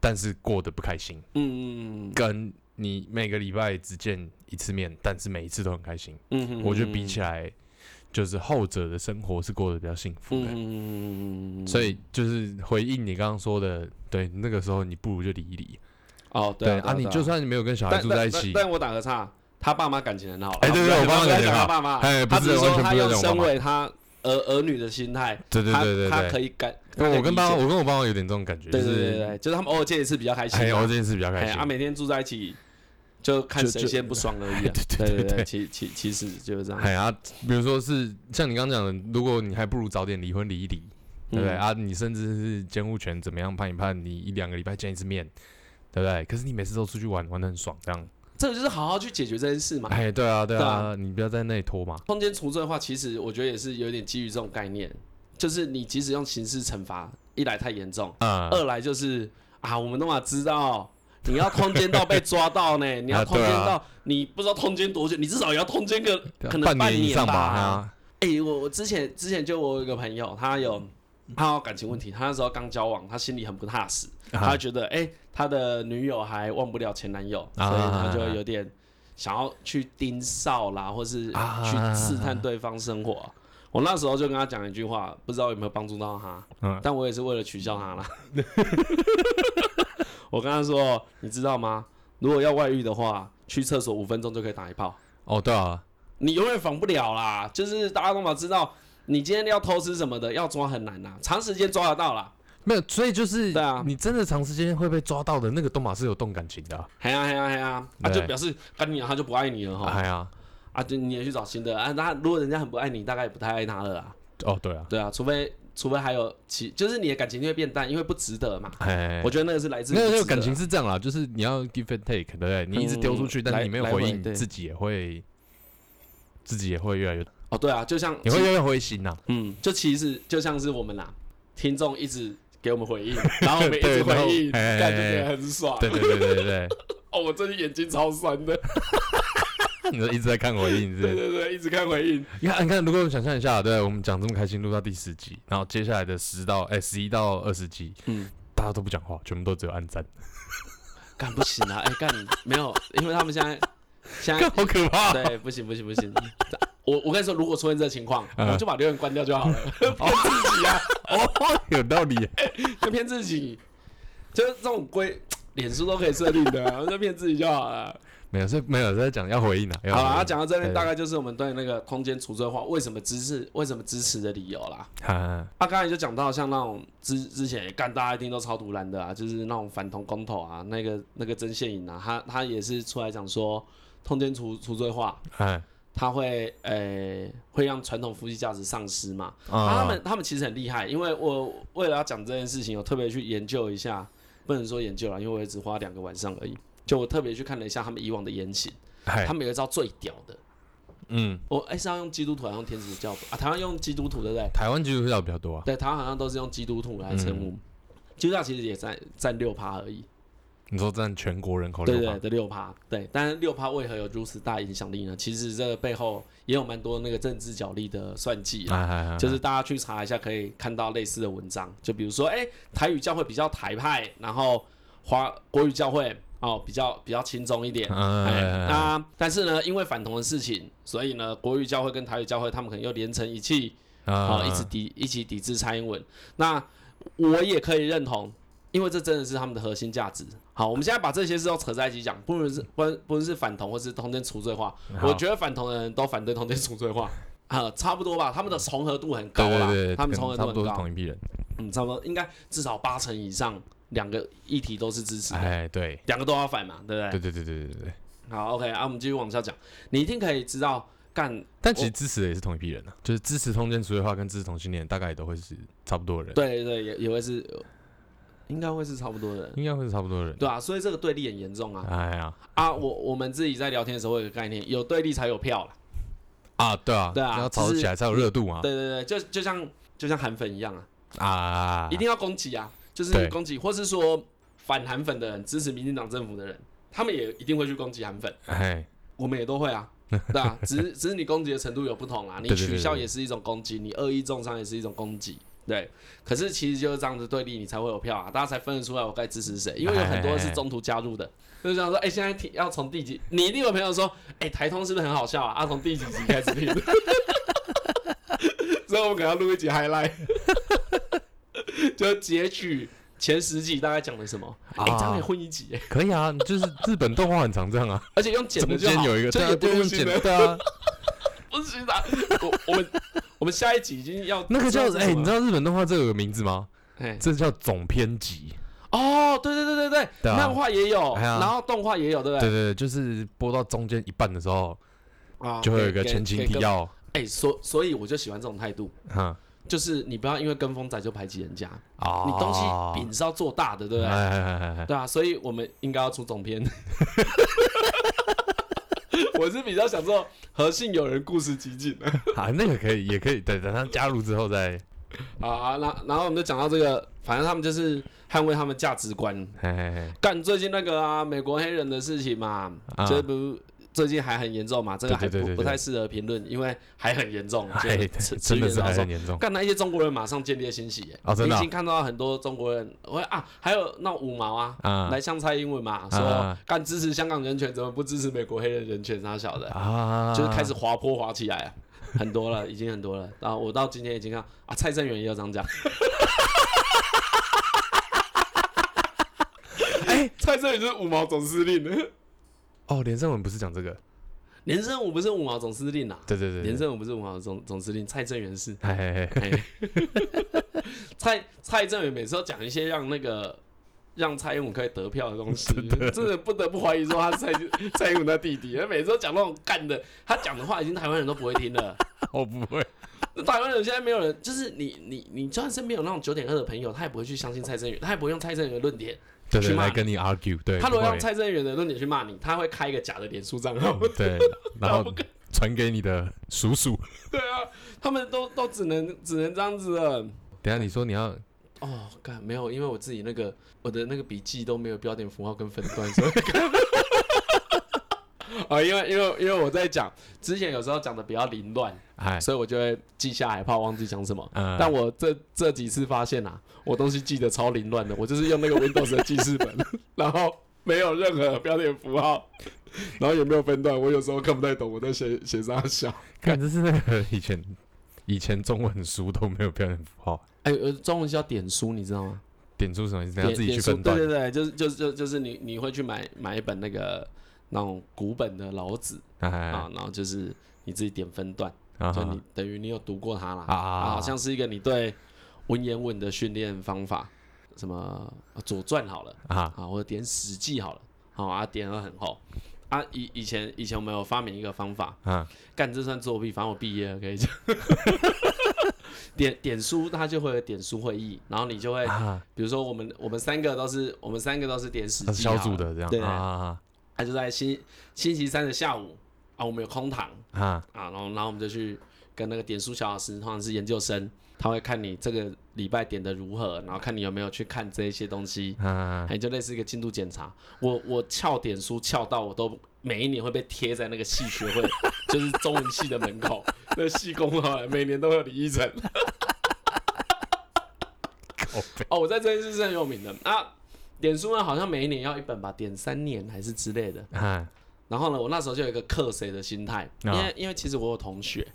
S2: 但是过得不开心，
S1: 嗯嗯嗯
S2: 跟你每个礼拜只见一次面，但是每一次都很开心，
S1: 嗯嗯，
S2: 我觉得比起来，就是后者的生活是过得比较幸福的。
S1: 嗯，
S2: 所以就是回应你刚刚说的，对，那个时候你不如就离一离。
S1: 哦对
S2: 对啊，你就算你没有跟小孩住在一起，
S1: 但我打个岔，他爸妈感情很好，
S2: 哎对对我爸妈
S1: 不要
S2: 感情
S1: 讲
S2: 很
S1: 他
S2: 好
S1: 爸妈，
S2: 哎不
S1: 他
S2: 是
S1: 只是
S2: 完
S1: 说
S2: 全
S1: 他
S2: 不要
S1: 用
S2: 讲我
S1: 身
S2: 爸妈
S1: 为他儿儿女的心态，
S2: 对对对对
S1: 他他
S2: 对
S1: 可以感，
S2: 因为我跟爸妈，
S1: 妈，
S2: 我跟我爸妈有点这种感觉，就
S1: 对对对对
S2: 是
S1: 对，就是他们偶尔见一次比较开心
S2: 哎，
S1: 啊，
S2: 我这件事比较开
S1: 哎
S2: 心
S1: 啊，。每天住在一起就看
S2: 就
S1: 谁
S2: 就
S1: 先不爽而已啊，
S2: 对对
S1: 对
S2: 对对
S1: 其其其实就是这样，
S2: 哎啊，比如说是像你刚刚讲的，如果你还不如早点离婚离一离，对不对
S1: 嗯？
S2: 啊？你甚至是监护权怎么样判一判，你一两个礼拜见一次面，对不对？可是你每次都出去玩，玩的很爽，这样。
S1: 这个就是好好去解决这件事嘛。
S2: 哎，对啊，对
S1: 对
S2: 啊
S1: 啊，
S2: 你不要在那里拖嘛。
S1: 通奸除罪的话，其实我觉得也是有点基于这种概念，就是你即使用刑事惩罚，一来太严重，
S2: 啊，
S1: 二来就是啊，我们都嘛知道。你要通奸到被抓到呢？你要通奸
S2: 啊对
S1: 到、你不知道通奸多久，你至少也要通奸个可能
S2: 半以上
S1: 吧。
S2: 吧。啊
S1: 哎、我我之前之前就我有一个朋友，他有他有感情问题，他那时候刚交往，他心里很不踏实，他
S2: 啊
S1: 觉得哎、他的女友还忘不了前男友，
S2: 啊
S1: 所以他就有点想要去盯梢啦，或是
S2: 啊
S1: 去试探对方生活。我那时候就跟他讲一句话，不知道有没有帮助到他，
S2: 嗯
S1: 但我也是为了取笑他啦。 (laughs) 我跟他说，你知道吗？如果要外遇的话，去厕所五分钟就可以打一炮。
S2: 哦，对啊，
S1: 你永远防不了啦。就是大家都嘛知道，你今天要偷吃什么的，要抓很难啦，长时间抓得到啦。
S2: 没有，所以就是
S1: 对啊
S2: 你真的长时间会被抓到的那个东马是有动感情的啊。
S1: 嘿呀嘿呀嘿呀，啊
S2: 对
S1: 就表示干你啊，他就不爱你了哈。
S2: 哎呀，
S1: 啊，就你也去找新的啊。那如果人家很不爱你，大概也不太爱他了啦。
S2: 哦，对啊，
S1: 对啊，除非除非还有其，就是你的感情就会变淡，因为不值得嘛。
S2: 哎
S1: 我，觉得那个是来自于
S2: 那
S1: 不
S2: 个那
S1: 值
S2: 个
S1: 得
S2: 感情是这样啦，就是你要 give and take，对不对？你一直丢出去，
S1: 嗯
S2: 但是你没有
S1: 来
S2: 回
S1: 来
S2: 应，
S1: 回
S2: 你
S1: 对
S2: 自己也会，自己也会越来越，
S1: 哦，对啊，就像
S2: 你会越来越灰心
S1: (laughs)
S2: 啊呐。
S1: 嗯，就其实就像是我们啦，听众一直给我们回
S2: (laughs)
S1: 应，然后我们一直
S2: 对然后
S1: 回应，
S2: 哎
S1: 感觉也很爽。
S2: 对对对对对对，
S1: 哦，我最近眼睛超酸的。
S2: 你说一直在看回应，是不
S1: 对 (laughs)
S2: 是？
S1: 对对，一直看回应。
S2: 你看，你看，如果我们想象一下，对我们讲这么开心，录到第十集，然后接下来的十到哎十一到二十集，
S1: 嗯，
S2: 大家都不讲话，全部都只有暗赞， (laughs)
S1: 干不行啊！哎、干没有，因为他们现在现在
S2: 好啊可怕。
S1: 对不行不行不行。我我跟你说，如果出现这情况，我
S2: 嗯
S1: 们就把留言关掉就好了， (laughs) 骗自己啊，
S2: 哦，
S1: (laughs)
S2: 有道理。
S1: 就骗自己，就是这种规，脸书都可以设定的、啊，就骗自己就好了。
S2: 没有，是没有是在讲要回应啊。要
S1: 好了，
S2: 回
S1: 那
S2: 应
S1: 讲到这边，
S2: 对
S1: 大概就是我们对那个空间除罪化为什么支持为什么支持的理由啦。
S2: 啊，
S1: 啊，刚才就讲到像那种之之前也干，大家一定都超毒男的啊，就是那种反同公投啊，那个那个曾宪颖啊，他他也是出来讲说，通奸除除罪化，
S2: 哎，
S1: 他会呃会让传统夫妻价值丧失嘛。啊、
S2: 啊
S1: 他们他们其实很厉害，因为我为了要讲这件事情，我特别去研究一下，不能说研究了，因为我也只花两个晚上而已。就我特别去看了一下他们以往的言行，
S2: 嗨
S1: 他，们有一招最屌的，
S2: 哎嗯，
S1: 我哎、是要用基督徒还是用天主教啊？台湾用基督徒对不对？
S2: 台湾基督教比较多啊。
S1: 对，台湾好像都是用基督徒来称呼，基督教其实也占占六趴而已，
S2: 你说占全国人口
S1: 对
S2: 六
S1: 对
S2: 吧？
S1: 的哦六趴，对。但是六趴为何有如此大影响力呢？其实这个背后也有蛮多那个政治角力的算计啊。
S2: 哎哎哎，
S1: 就是大家去查一下，可以看到类似的文章。就比如说，哎、台语教会比较台派，然后华国语教会哦比较比较轻松一点。
S2: 嗯
S1: 哎
S2: 哎哎哎
S1: 那但是呢，因为反同的事情，所以呢，国语教会跟台语教会他们可能又连成一气，啊、
S2: 啊
S1: 一直抵一起抵制蔡英文。那我也可以认同。因为这真的是他们的核心价值。好，我们现在把这些事都扯在一起讲，不论是不论不论是反同或是通奸除罪化，
S2: 好
S1: 我觉得反同的人都反对通奸除罪化，啊，差不多吧，他们的重合度很高
S2: 对
S1: 啦，
S2: 对对，
S1: 啊他们
S2: 可
S1: 重合
S2: 能
S1: 度
S2: 差不
S1: 很
S2: 多是
S1: 高
S2: 同，一批人。
S1: 嗯，差不多应该至少八成以上，两个议题都是支持的，
S2: 哎，对，
S1: 两个都要反嘛，对不对？
S2: 对对对对对对。
S1: 好，OK 啊，我们继续往下讲，你一定可以知道干
S2: 但其实支持的也是同一批人啊，就是支持通奸除罪化跟支持同性恋，大概也都会是差不多的人，，
S1: 对对，也也会是，呃应该会是差不多的，
S2: 应该会是差不多的人。
S1: 对啊，所以这个对立很严重啊
S2: 哎呀，
S1: 啊！我我们自己在聊天的时候会有一个概念，有对立才有票啦。
S2: 啊，对啊，
S1: 对啊
S2: 要吵起来才有热度嘛，
S1: 对对对，就就像就像韩粉一样啊，
S2: 啊，
S1: 一定要攻击啊，就是
S2: 对
S1: 攻击，或是说反韩粉的人、支持民进党政府的人，他们也一定会去攻击韩粉，
S2: 哎，
S1: 我们也都会
S2: (laughs)
S1: 啊。对啊，只是只是你攻击的程度有不同啊，你
S2: 对对对
S1: 取笑
S2: 对对
S1: 也是一种攻击，你恶意重伤也是一种攻击，对。可是其实就是这样子对立，你才会有票啊，大家才分得出来我该支持谁，因为有很多是中途加入的，就是想说，哎、现在听要从第几，你一定有朋友说，哎、台通是不是很好笑啊？啊，从第几集开始听， (laughs) 所以我们给他录一集 highlight，就截取前十集大概讲了什么，哎、
S2: 啊
S1: 这样可以混一集、哎
S2: 可以啊，就是日本动画很常这样啊，
S1: 而且用剪的就
S2: 中间
S1: 好，
S2: 有一个，
S1: 就
S2: 对啊
S1: 也不
S2: 对啊
S1: 用
S2: 用剪
S1: 剪的
S2: 的，
S1: (laughs)
S2: 对啊，
S1: 不是的，我我们我们下一集已经要
S2: 那个
S1: 知
S2: 叫
S1: 道是什么
S2: 哎，你知道日本动画这个有个名字吗？
S1: 哎
S2: 这叫总编辑，
S1: 哦，对对对对对，
S2: 对啊
S1: 漫画也有，
S2: 哎呀
S1: 然后动画也有，对不
S2: 对
S1: 对？
S2: 对对，就是播到中间一半的时候，
S1: 啊，
S2: 就会有一个
S1: 给
S2: 前情提。
S1: 给给
S2: 要，
S1: 哎，所所以我就喜欢这种态度，
S2: 哈
S1: 就是你不要因为跟风仔就排挤人家，
S2: 啊，
S1: 你东西饼是要做大的，对不
S2: 哎，
S1: 对？
S2: 哎哎哎哎
S1: 对啊，所以我们应该要出总篇。 (laughs) 我是比较想做和信友人故事集锦的。
S2: 啊，那个可以，也可以，等等他加入之后再，
S1: 好啊，那然后我们就讲到这个，反正他们就是捍卫他们价值观，
S2: 哎哎
S1: 干最近那个啊，美国黑人的事情嘛，
S2: 啊
S1: 这不最近还很严重嘛，这个还不
S2: 对对对对对
S1: 不太适合评论，因为还很严重，
S2: (laughs) 哎，
S1: 就
S2: 哎
S1: 持持
S2: 真
S1: 续
S2: 的是
S1: 上
S2: 还
S1: 升
S2: 很。严重，
S1: 干那一些中国人马上建立了欣喜耶！
S2: 哦真的啊
S1: 你已经看到很多中国人，我啊，还有那五毛啊，
S2: 啊
S1: 来像蔡英文嘛，说
S2: 啊
S1: 干支持香港人权，怎么不支持美国黑人人权？啥小的，
S2: 啊，
S1: 就是开始滑坡滑起来啊，很多了，已经很多了。然后我到今天已经看啊，蔡正元也有这样讲，哎， (laughs) 蔡正元就是五毛总司令，
S2: 哦，连胜文不是讲这个，
S1: (laughs) 连胜武不是五毛总司令啊，
S2: 对对对，
S1: 连胜武不是五毛总总司令，蔡正元是。
S2: 哎，哎哎，
S1: 嘿蔡蔡正元每次都讲一些让那个让蔡英文可以得票的东西，真的不得不怀疑说他是蔡蔡英文 (laughs) 的弟弟。他每次都讲那种干的，他讲的话已经台湾人都不会听了。 (laughs)
S2: 我不会，
S1: 台湾人现在没有人，就是你你你，就算身边有那种九点二的朋友，他也不会去相信蔡正元，他也不会用蔡正元的论点。
S2: 对
S1: 去
S2: 对，
S1: 骂
S2: 来
S1: 你
S2: 跟你 argue，对，
S1: 他如
S2: 不
S1: 果
S2: 会哦
S1: 用，蔡正元的论点去骂你，他会开一个假的脸书账号。
S2: 对，然
S1: 他
S2: 后
S1: 不跟
S2: 传给你的叔叔，
S1: (laughs) 对啊，他们都都只能只能这样子了。
S2: 等一下你说你要，
S1: 哦，干没有，因为我自己那个我的那个笔记都没有标点符号跟分段，所以 (laughs) 啊、因为因为因为我在讲之前有时候讲的比较凌乱，
S2: 哎，
S1: 所以我就会记下来，怕忘记讲什么。
S2: 嗯
S1: 但我这这几次发现啊，我东西记得超凌乱的，我就是用那个 Windows 的记事本，然后没有任何标点符号，然后也没有分段，我有时候看不太懂我在写写啥小。
S2: 看这是那个以前以前中文书都没有标点符号，
S1: 哎、呃，中文叫点书，你知道吗？
S2: 点出什么意思？你
S1: 点
S2: 要自己去
S1: 点书
S2: 分段
S1: 对，对对，就是就是就就是你你会去买买一本那个那种古本的老子
S2: 哎哎
S1: 啊
S2: 哎，
S1: 然后就是你自己点分段，
S2: 啊
S1: 就
S2: 哈
S1: 你等于你有读过它啦，
S2: 啊啊啊
S1: 好像是一个你对文言文的训练方法，什么啊《左传》好了
S2: 啊，
S1: 啊，或者点《史记》好了，好啊，点了很厚。啊，以以前以前我们有发明一个方法，
S2: 啊
S1: 干这算作弊，反正我毕业了，可以讲。 (laughs) 点点书，它就会有点书会议，然后你就会
S2: 啊，
S1: 比如说我们我们三个都是我们三个都是点史
S2: 它
S1: 记
S2: 是小
S1: 好
S2: 组
S1: 了，
S2: 的这
S1: 对
S2: 样啊啊
S1: 他就在星星期三的下午啊，我们有空堂
S2: 啊啊，
S1: 啊，然后然后我们就去跟那个点书小老师，通常是研究生，他会看你这个礼拜点的如何，然后看你有没有去看这一些东西，
S2: 啊啊
S1: 哎还就类似一个进度检查。我我翘点书翘到我都每一年会被贴在那个系学会，就是中文系的门口， (laughs) 那系工好了，每年都会有李依晨。
S2: 靠背
S1: (laughs) 哦，我在这件事是很有名的啊。点书呢，好像每一年要一本吧，点三年还是之类的。
S2: 啊
S1: 然后呢，我那时候就有一个克谁的心态，因为、
S2: 啊
S1: 因为其实我有同学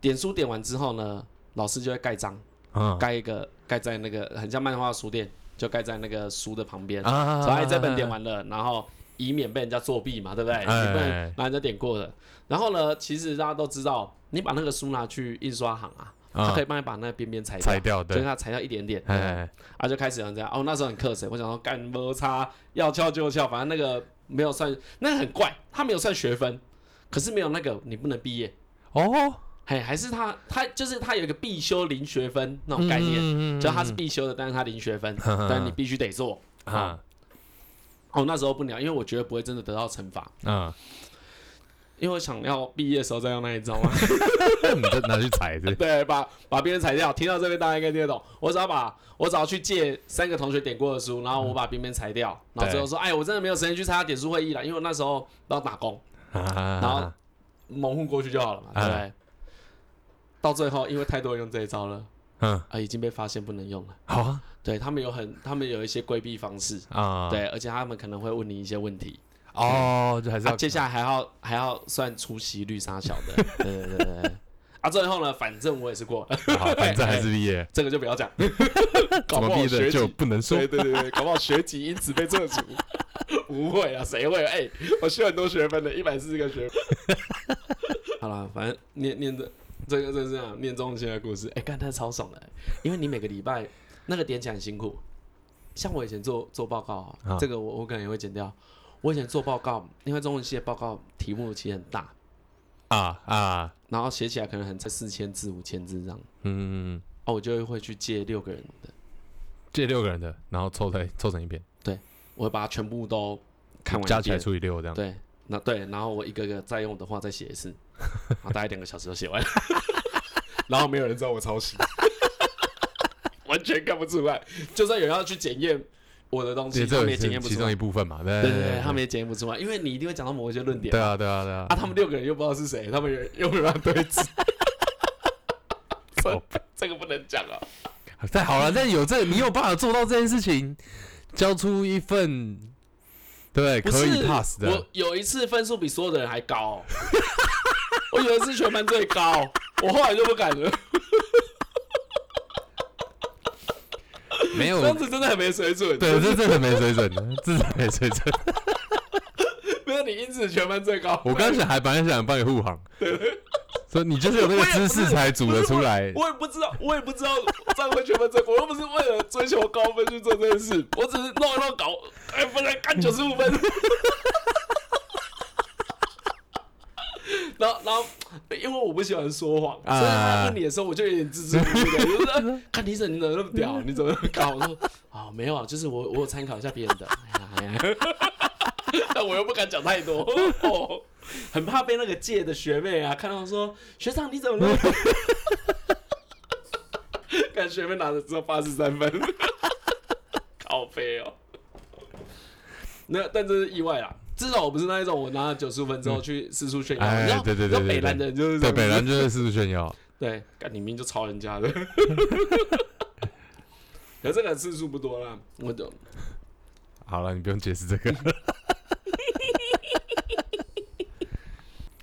S1: 点书点完之后呢，老师就会盖章，
S2: 啊
S1: 盖一个盖在那个很像漫画书店，就盖在那个书的旁边。
S2: 啊，
S1: 所以这本点完了，然后。以免被人家作弊嘛，对不对？你
S2: 哎
S1: 不能把人家点过的。然后呢，其实大家都知道，你把那个书拿去印刷行啊，他
S2: 啊
S1: 可以帮你把那个边边裁掉，
S2: 裁掉
S1: 就是
S2: 对，
S1: 它裁掉一点点。
S2: 哎哎，
S1: 啊，就开始有人这样。哦，那时候很克谁？我想说干摩擦，要翘就翘，反正那个没有算，那个很怪，他没有算学分，可是没有那个你不能毕业。
S2: 哦，
S1: 嘿，还是他他就是他有一个必修零学分那种概念，
S2: 念
S1: 就他是必修的，但是他零学分，
S2: 嗯呵呵
S1: 但你必须得做。
S2: 啊
S1: 哦，那时候不鸟，因为我觉得不会真的得到惩罚，
S2: 啊，
S1: 因为我想要毕业的时候再用那一招嘛。
S2: (laughs) 那嗯你就拿去踩是
S1: 对，把把别人裁掉。听到这边大家应该听得懂。我只要把我只要去借三个同学点过的书，然后我把边边裁掉，然后最后说，哎，我真的没有时间去参加点书会议了，因为我那时候要打工，然后
S2: 啊，
S1: 蒙混过去就好了嘛，对不对？到最后，因为太多人用这一招了，
S2: 嗯，
S1: 啊，已经被发现不能用了。
S2: 好啊
S1: 对他们有很，他们有一些规避方式，
S2: 啊，
S1: 对，而且他们可能会问你一些问题，
S2: 哦，就还是
S1: 啊，
S2: 要
S1: 接下来还要还要算出席率啥小的，对对对对对。啊，最后呢，反正我也是过了，
S2: 好，反正还是毕业，
S1: 这个就不要讲，
S2: 怎
S1: 哎搞不
S2: 么
S1: 好
S2: 毕业
S1: 学
S2: 的
S1: 姐
S2: 就不能说
S1: 对对对对，搞不好学籍因此被撤 (laughs) 除。不会啊，谁会？哎、我修很多学分的，一百四十个学分。 (laughs) 好啦，反正念念的这个这是这样，念中学的故事，哎、干他超爽的、因为你每个礼拜那个点起来很辛苦。像我以前做做报告、啊，
S2: 啊
S1: 这个我我可能也会剪掉。我以前做报告，因为中文系的报告题目其实很大，
S2: 啊啊，
S1: 然后写起来可能很才四千字、五千字这样。
S2: 嗯，
S1: 哦，我就会去借六个人的，
S2: 借六个人的，然后凑在凑成一遍，
S1: 我会把它全部都看完一遍，
S2: 加起来除以六这样，
S1: 对，那对，然后我一个个再用我的话再写一次，啊，大概两个小时就写完， (laughs) 然后没有人知道我抄袭， (laughs) 完全看不出来。就算有人要去检验我的东西，
S2: 也
S1: 他
S2: 这
S1: 们也
S2: 也
S1: 检
S2: 是
S1: 验不
S2: 其
S1: 出
S2: 中
S1: 来
S2: 一。部分嘛，对
S1: 对对对，他们也检验不出来，因为你一定会讲到某一些论点
S2: 对啊对啊对啊
S1: 啊。，他们六个人又不知道是谁，他们也又没办法对
S2: (laughs)
S1: 峙。
S2: 靠
S1: 这这个不能讲啊！
S2: 太好了，但有这你有办法做到这件事情，交出一份对
S1: 不
S2: 可以
S1: 是
S2: pass
S1: 我
S2: 的，
S1: 有一次分数比所有的人还高哦、我有一次全班最高，哦我后来就不敢了。
S2: 没有
S1: 这样子真的很没水准。
S2: 对，这真的没水准的，这真的没水准。
S1: (laughs) 没有你因此全班最高。
S2: 我刚想还本来想帮你护航，说你就是有那个
S1: 我也
S2: 知
S1: 不
S2: 识
S1: 是
S2: 才组得出来，
S1: 我也不知道，我也不知道这样会全班最高。我又不是为了追求高分去做这件事，我只是弄一弄搞，哎，本来干九十五分。 (laughs) 然后，然后，因为我不喜欢说谎，所以他问你的时候，我就有点支支吾吾的，就是说看你怎么那么屌，你怎么那么高？我说啊、没有啊，就是我我有参考一下别人的， (laughs) 哎呀哎呀但我又不敢讲太多， (laughs) 哦，很怕被那个借的学妹啊看到说学长你怎么那么高看学妹拿着之后八十三
S2: (laughs)
S1: 分，靠飞哦。那但这是意外啦，至少我不是那一种我拿了九十分之后去四处炫耀。
S2: 哎
S1: 你知道，
S2: 对对对
S1: 你知道
S2: 对对
S1: 北南的人就是这
S2: 对
S1: 样子
S2: 北兰就是四处炫耀，
S1: 对，干你明明就抄人家
S2: (laughs)
S1: 的。可这个次数不多啦，我就
S2: 好了，你 (laughs) 不用解释这个。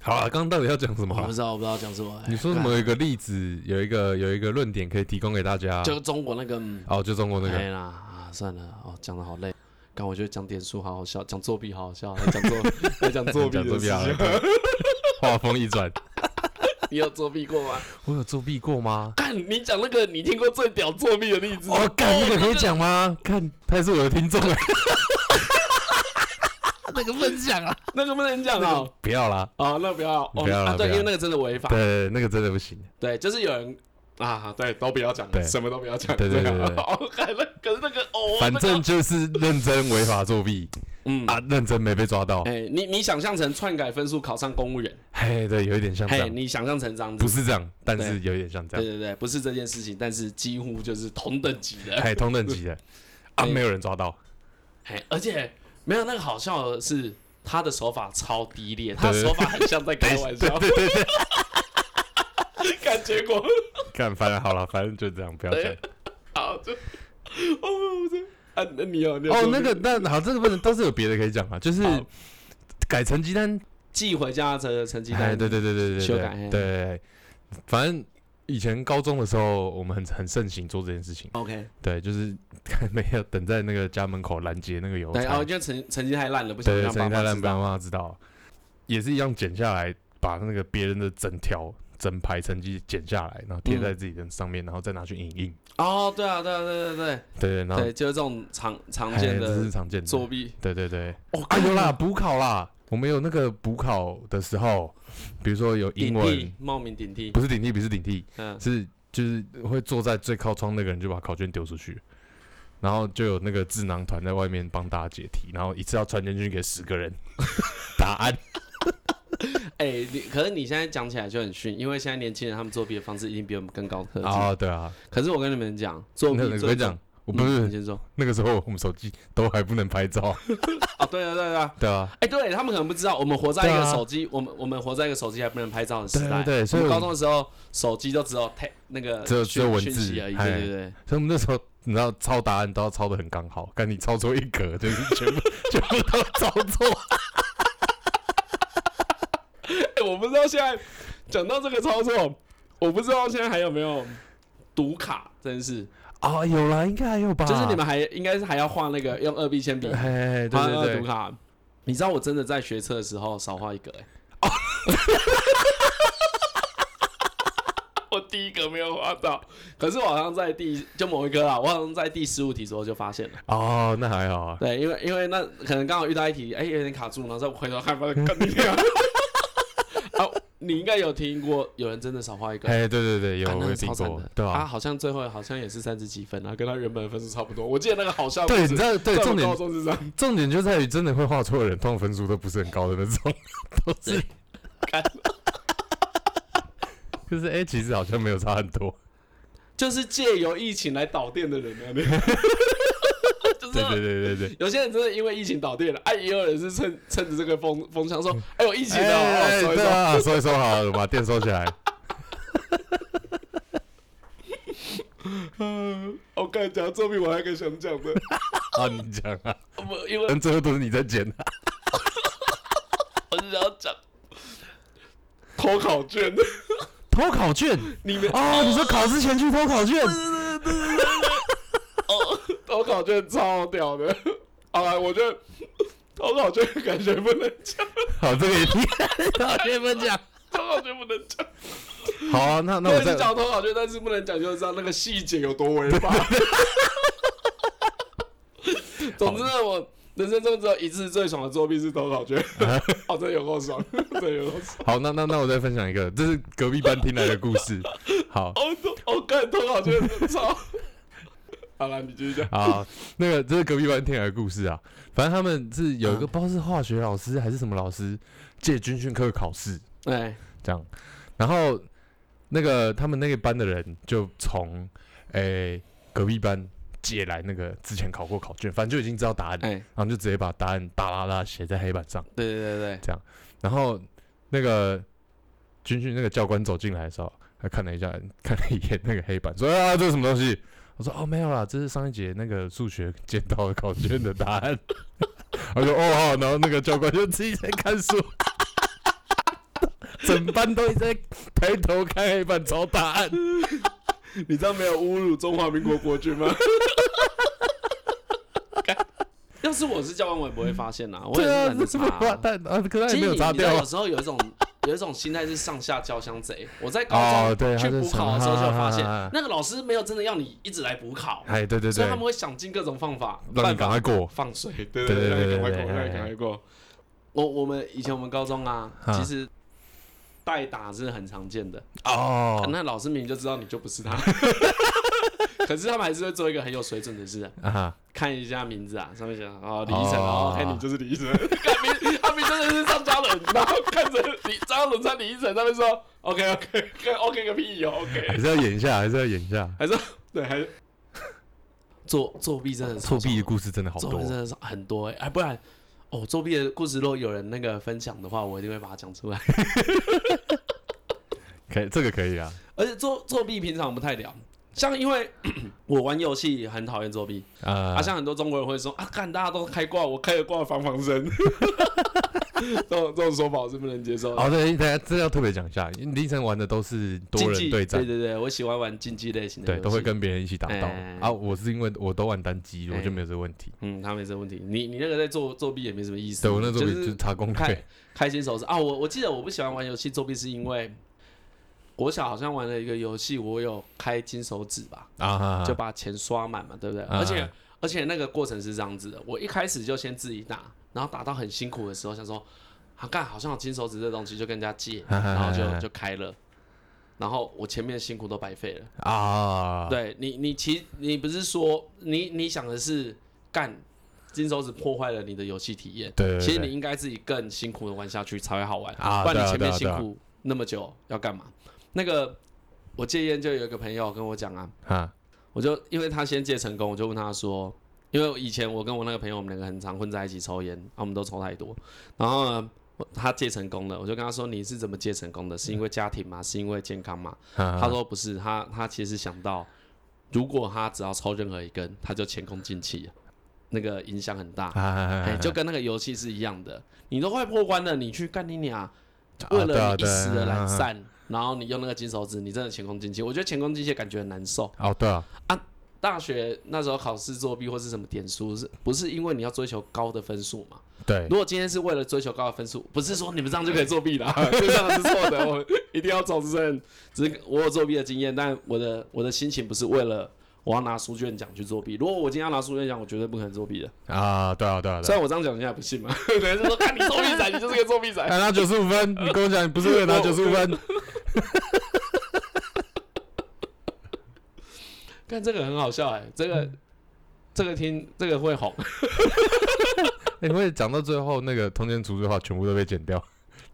S2: 好了，刚刚到底要讲什么
S1: 我
S2: 啊
S1: 不？知道，我不知道讲什么。
S2: 你说什么？有一个例子，有一个有一个论点可以提供给大家
S1: 哎？。就中国那个，嗯
S2: 哦，就中国那
S1: 哎
S2: 啊个，
S1: 啦啊，算了，哦，讲的好累。刚我觉得讲点数好好笑，讲作弊好好笑，来讲作来讲作弊
S2: (laughs) 讲
S1: 的
S2: 作
S1: 事
S2: 弊啊
S1: 情。！
S2: 话锋一转，
S1: (laughs)
S2: (laughs)
S1: 你有作弊过吗？
S2: 我有作弊过吗？
S1: 干，你讲那个你听过最屌作弊的例子？
S2: 哦，干，那个可以讲吗？看，他是我的听众哎，
S1: (laughs) 那个不能讲啊，那个不能讲啊。
S2: 不要啦。
S1: 啊，那不要，哦
S2: 不要啦
S1: 啊，对，
S2: 不要
S1: 因为那个真的违法。
S2: 对，那个真的不行。
S1: 对，就是有人啊，对，都不要讲，
S2: 对
S1: 什么都不要讲，
S2: 对对对
S1: 啊
S2: 对对
S1: (laughs) 哦，可能可是那个哦，
S2: 反
S1: 那个
S2: 正就是认真违法作弊
S1: 嗯，
S2: 啊，认真没被抓到。
S1: 哎，你你想象成篡改分数考上公务员，
S2: 嘿，对，有一点像这
S1: 嘿，
S2: 样，
S1: 你想象成这样子，
S2: 不是这样，但是有一点像这
S1: 对
S2: 样。
S1: 对对，不是这件事情，但是几乎就是同
S2: (laughs)
S1: 等级的，
S2: 嘿，同等级的啊，没有人抓到。
S1: 嘿，而且没有那个好笑的是，他的手法超低劣，他的
S2: 对
S1: 手法很像在开玩
S2: 对
S1: 笑，
S2: 对对对，
S1: (laughs) 看结果
S2: (laughs) 干，反正好了，反正就这样，不要讲
S1: 对。好就，哦，我这啊，那你有你有
S2: 哦
S1: 作，弊
S2: 那个，那好，这个不能，倒是有别的可以讲啊，就是
S1: 好
S2: 改成绩单
S1: 寄回家的成绩
S2: 哎，
S1: 单，哎
S2: 对对对对对对，
S1: 修改
S2: 对对，对反正以前高中的时候，我们很很盛行做这件事情。
S1: OK，
S2: 对，就是看没有等在那个家门口拦截那个邮
S1: 对，哦，
S2: 差，
S1: 因为成成绩太烂了，不想
S2: 对，
S1: 让爸
S2: 陈太
S1: 妈
S2: 烂
S1: 知
S2: 不让
S1: 道。
S2: 妈妈知道，也是一样剪下来，把那个别人的整条整排成绩剪下来，然后贴
S1: 嗯
S2: 在自己的上面，然后再拿去影印。
S1: 哦，对啊，对啊，对对对
S2: 对，然后
S1: 对，就是这种常常
S2: 啊哎
S1: 见
S2: 这是
S1: 的
S2: 常见的
S1: 作弊。
S2: 对对对，
S1: 哦，
S2: 啊有啦，补考啦，我们有那个补考的时候，比如说有英
S1: 顶
S2: 文
S1: 替，，冒名顶替。
S2: 不是顶替，不是顶替，
S1: 嗯，
S2: 是就是会坐在最靠窗那个人就把考卷丢出去，然后就有那个智囊团在外面帮大家解题，然后一次要传进去给十
S1: (laughs)
S2: 个人答案。
S1: 哎，你可是你现在讲起来就很逊，因为现在年轻人他们作弊的方式一定比我们更高科技。
S2: 啊，对啊，
S1: 可是我跟你们讲，
S2: 那
S1: 作弊
S2: 那我
S1: 最
S2: 跟你讲，我
S1: 嗯
S2: 不
S1: 你
S2: 是
S1: 先说。
S2: 那个时候我们手机都还不能拍照，
S1: 哦，对啊，对啊对啊。
S2: 对啊，
S1: 哎，对他们可能不知道，我们活在一
S2: 对
S1: 个
S2: 啊
S1: 手机，我们我们活在一个手机还不能拍照的时
S2: 对啊
S1: 代。
S2: 对对所以
S1: 我们
S2: 我
S1: 高中的时候，手机都只有 t 那个
S2: 只有
S1: 讯
S2: 只有文
S1: 讯
S2: 字
S1: 息而已。
S2: 哎
S1: 对对对。
S2: 所以我们那时候你知道抄答案都要抄的很刚好，但你抄错一格就是全部 (laughs) 全部都抄错。
S1: 哎 (laughs) 我不知道现在讲到这个操作，我不知道现在还有没有读卡，真是，
S2: 哦，有啦，应该还有吧？
S1: 就是你们还应该是还要画那个用二 B
S2: (laughs)
S1: 铅笔画
S2: 哎，对
S1: 那个
S2: 对
S1: 读
S2: 对，
S1: 卡。你知道我真的在学车的时候少画一格哎、我第一格没有画到，可是我好像在第就某一科啊，我好像在第十五题左右就发现了。
S2: 哦，那还好啊。
S1: 对，因为因为那可能刚好遇到一题，哎、有点卡住，然后再回头看，发现更厉害。啊， (laughs) 你应该有听过有人真的少画一个，
S2: 哎，对对对，有
S1: 啊那
S2: 我
S1: 个
S2: 有
S1: 超
S2: 听
S1: 惨
S2: 过
S1: 的，
S2: 对
S1: 啊，
S2: 吧？
S1: 好像最后好像也是三十几分啊，跟他原本的分数差不多。我记得那个好像
S2: 对，
S1: 不
S2: 你
S1: 是
S2: 知道，对，
S1: 在我
S2: 重点
S1: 高中是这样，
S2: 重点就在于真的会画错的人，通常分数都不是很高的
S1: (laughs)
S2: 那种，都 (laughs) 是
S1: 干，
S2: 就是哎、其实好像没有差很多。
S1: 就是借由疫情来导电的人啊，
S2: (laughs)
S1: 那就是啊
S2: 对对对对对。
S1: 有些人真的因为疫情导电了，哎、也有人是趁趁着这个风风向说，哎、有疫情了，
S2: 哎
S1: 哦
S2: 嗯哎
S1: 所以
S2: 对
S1: 说
S2: 啊，收一收好了，把店收起来。啊
S1: 我刚才哦讲作弊，我还有一个想讲的，
S2: 啊，你讲
S1: (laughs)
S2: 啊，
S1: 我因为
S2: 但最后都是你在剪啊。
S1: 我是想要讲偷考
S2: (laughs)
S1: 卷，
S2: 偷考卷
S1: 你们
S2: 哦，你说考试前去偷考卷？
S1: 偷考卷超屌的。 (laughs) 好了，我觉得 (laughs) 偷考卷感觉不能
S2: (laughs)
S1: 讲，
S2: 好，这个也听，好，先不讲。
S1: 偷考卷不能讲。
S2: (laughs) 好啊，那
S1: (laughs)
S2: 那
S1: 对，
S2: 我
S1: 是
S2: 再
S1: 讲偷考卷，但是不能讲，就知道那个细节有多违 (laughs) 法。总之呢，我人生中只有一次最爽的作弊是偷 (laughs) 考卷，哦，真的有够爽，真的有够爽。
S2: 好，那那那我再分享一个，这是隔壁班听来的故
S1: (laughs)
S2: 事。好，
S1: 哦，偷哦，干偷考卷，操！ (laughs) 好了，你继续讲。
S2: 啊，那个这是隔壁班听来的故事啊。反正他们是有一
S1: 嗯
S2: 个不知道是化学老师还是什么老师借军训课考试
S1: 哎，
S2: 这样，然后那个他们那个班的人就从诶、隔壁班借来那个之前考过考卷，反正就已经知道答案了，
S1: 哎，
S2: 然后就直接把答案哒啦啦写在黑板上。
S1: 对对对对，
S2: 然后那个军训那个教官走进来的时候，他看了一下，看了一眼那个黑板，说：“啊，这是什么东西？”我说：“哦， (laughs) 没有啦，这是上一节那个数学见到的考卷的答案。” (laughs) 他说：“哦好。”然后那个教官就自己在看书， (laughs) 整班都一直在抬头看黑板找答
S1: (laughs)
S2: 案。
S1: 你这样没有侮辱中华民国国军 (laughs) 吗？要是我是教官，我也不会发现啦，我也
S2: 对
S1: 是
S2: 啊，
S1: 懒
S2: 这
S1: 得
S2: 是
S1: 查
S2: 没
S1: 啊、
S2: 有但啊，可是
S1: 其
S2: 也没
S1: 实
S2: 有
S1: 你
S2: 砸
S1: 你知道
S2: 掉
S1: 有。时候有一种 (laughs) 有一种心态是上下交相贼。我在高
S2: 哦，
S1: 中
S2: 对，
S1: 去
S2: 他就
S1: 补
S2: 是
S1: 考的时候就发现，
S2: 啊
S1: 那个老师没有真的要你一直来补考，
S2: 哎，对对
S1: 所
S2: 对
S1: 以，他们会想尽各种方法，
S2: (laughs) 让
S1: 办
S2: 你赶
S1: 法
S2: 快过。
S1: 放水，对
S2: 对
S1: 对，
S2: 对
S1: 让你
S2: 对
S1: 赶快
S2: 对
S1: 过，
S2: 对
S1: 让你
S2: 对
S1: 赶快过。我我们以前我们高中啊，
S2: 啊
S1: 其实代打是很常见的，
S2: 哦
S1: 啊，那老师明明就知道你就不是他， (laughs) 可是他们还是会做一个很有水准的事啊，
S2: 啊哈，
S1: 看一下名字啊，上面写哦李医生，哦
S2: 哦，
S1: 看你就是李医 (laughs) 生，看名他名真的是张嘉伦，然后看着李张嘉伦在李医生那边说 OK OK 跟 OK 个屁哦
S2: 还
S1: OK，
S2: 是要演一下，还是要演
S1: (laughs)
S2: 一下。
S1: 还是对还是作作弊真的是
S2: 作弊的故事真的好
S1: 作弊真
S2: 多。
S1: 的是很多哎、哎不然哦作弊的故事如果有人那个分享的话，我一定会把它讲出来，
S2: 可以，这个可以啊。
S1: (laughs) 而且作作弊平常不太聊。像因为 (coughs) 我玩游戏很讨厌作弊，
S2: 啊
S1: 啊，像很多中国人会说啊，干大家都开挂，我开个挂防防身。这种这种说法我是不能接受的。
S2: 哦，对，大家这要特别讲一下，凌晨玩的都是多
S1: 竞
S2: 人
S1: 技
S2: 对
S1: 对，
S2: 战
S1: 对对，我喜欢玩竞技类型的，
S2: 对，都会。跟别人一起打到
S1: 哎
S2: 啊。我是因为我都玩单机，我
S1: 哎
S2: 就没有这个问题。
S1: 嗯，他没这个问题。你你那个在作作弊也没什么意思。
S2: 对我那时候
S1: 就
S2: 就是
S1: 是
S2: 查攻
S1: 看
S2: 略，
S1: 开心手势啊！我我记得我不喜欢玩游戏作弊，是因为国小好像玩了一个游戏，我有开金手指吧，
S2: 啊哈
S1: 就
S2: 哈，
S1: 把钱刷满嘛，对不对？
S2: 啊
S1: 而且而且那个过程是这样子的，我一开始就先自己打，然后打到很辛苦的时候，想说啊，干好像有金手指这东西，就跟人家
S2: (laughs)
S1: 借，
S2: 啊
S1: 然后
S2: 啊
S1: 就就开了。然后我前面辛苦都白费了。
S2: 啊，
S1: 对你，你其你不是说你你想的是干金手指破坏了你的游戏体验，
S2: 对对对
S1: 其实你应该自己更辛苦的玩下去才会好玩
S2: 啊
S1: 不然
S2: 对啊
S1: 你前面
S2: 对啊
S1: 辛
S2: 对啊
S1: 苦那么久要干嘛？那个我戒烟就有一个朋友跟我讲啊，
S2: 啊，
S1: 我就因为他先戒成功，我就问他说，因为以前我跟我那个朋友，我们两个很常混在一起抽烟，啊，我们都抽太多。然后呢，我他戒成功了，我就跟他说你是怎么戒成功的？是因为家庭吗？是因为健康
S2: (laughs)
S1: 吗？
S2: 他
S1: 他说不是，他他其实想到，如果他只要抽任何一根，他就前功尽弃了，那个影响很
S2: (laughs)
S1: 大。哎、
S2: 哎
S1: 就跟那个游戏是一样的，你都快破关了，你去干你娘！
S2: (laughs) 啊
S1: 为
S2: 对啊
S1: 了你一
S2: 对啊
S1: 时的懒
S2: 嗯嗯
S1: 散，然后你用那个金手指，你真的前功尽弃。我觉得前功尽弃感觉很难受。
S2: 哦，对啊，
S1: 大学那时候考试作弊或是什么点数，是不是因为你要追求高的分数嘛？
S2: 对
S1: 如果今天是为了追求高的分数，不是说你们这样就可以作弊
S2: (laughs)
S1: 啦， (laughs) 就这样是错的。我一定要走之前，只是我有作弊的经验，但我的我的心情不是为了我要拿书卷奖去作弊。如果我今天要拿书卷奖，我绝对不可能作弊的。
S2: 啊，对啊，对啊，对
S1: 虽
S2: 啊。
S1: 然我这样讲，人家也不信嘛， (laughs) 有人就说看你作弊仔，你就是个作
S2: (laughs)
S1: 弊仔。
S2: 哎拿九十五分，你跟我讲，你不是为了拿九十五分， (laughs)
S1: 看这个很好笑哎、这
S2: 嗯
S1: 个这个听这个会红，
S2: 哎你会讲到最后那个通奸除罪化全部都被剪掉。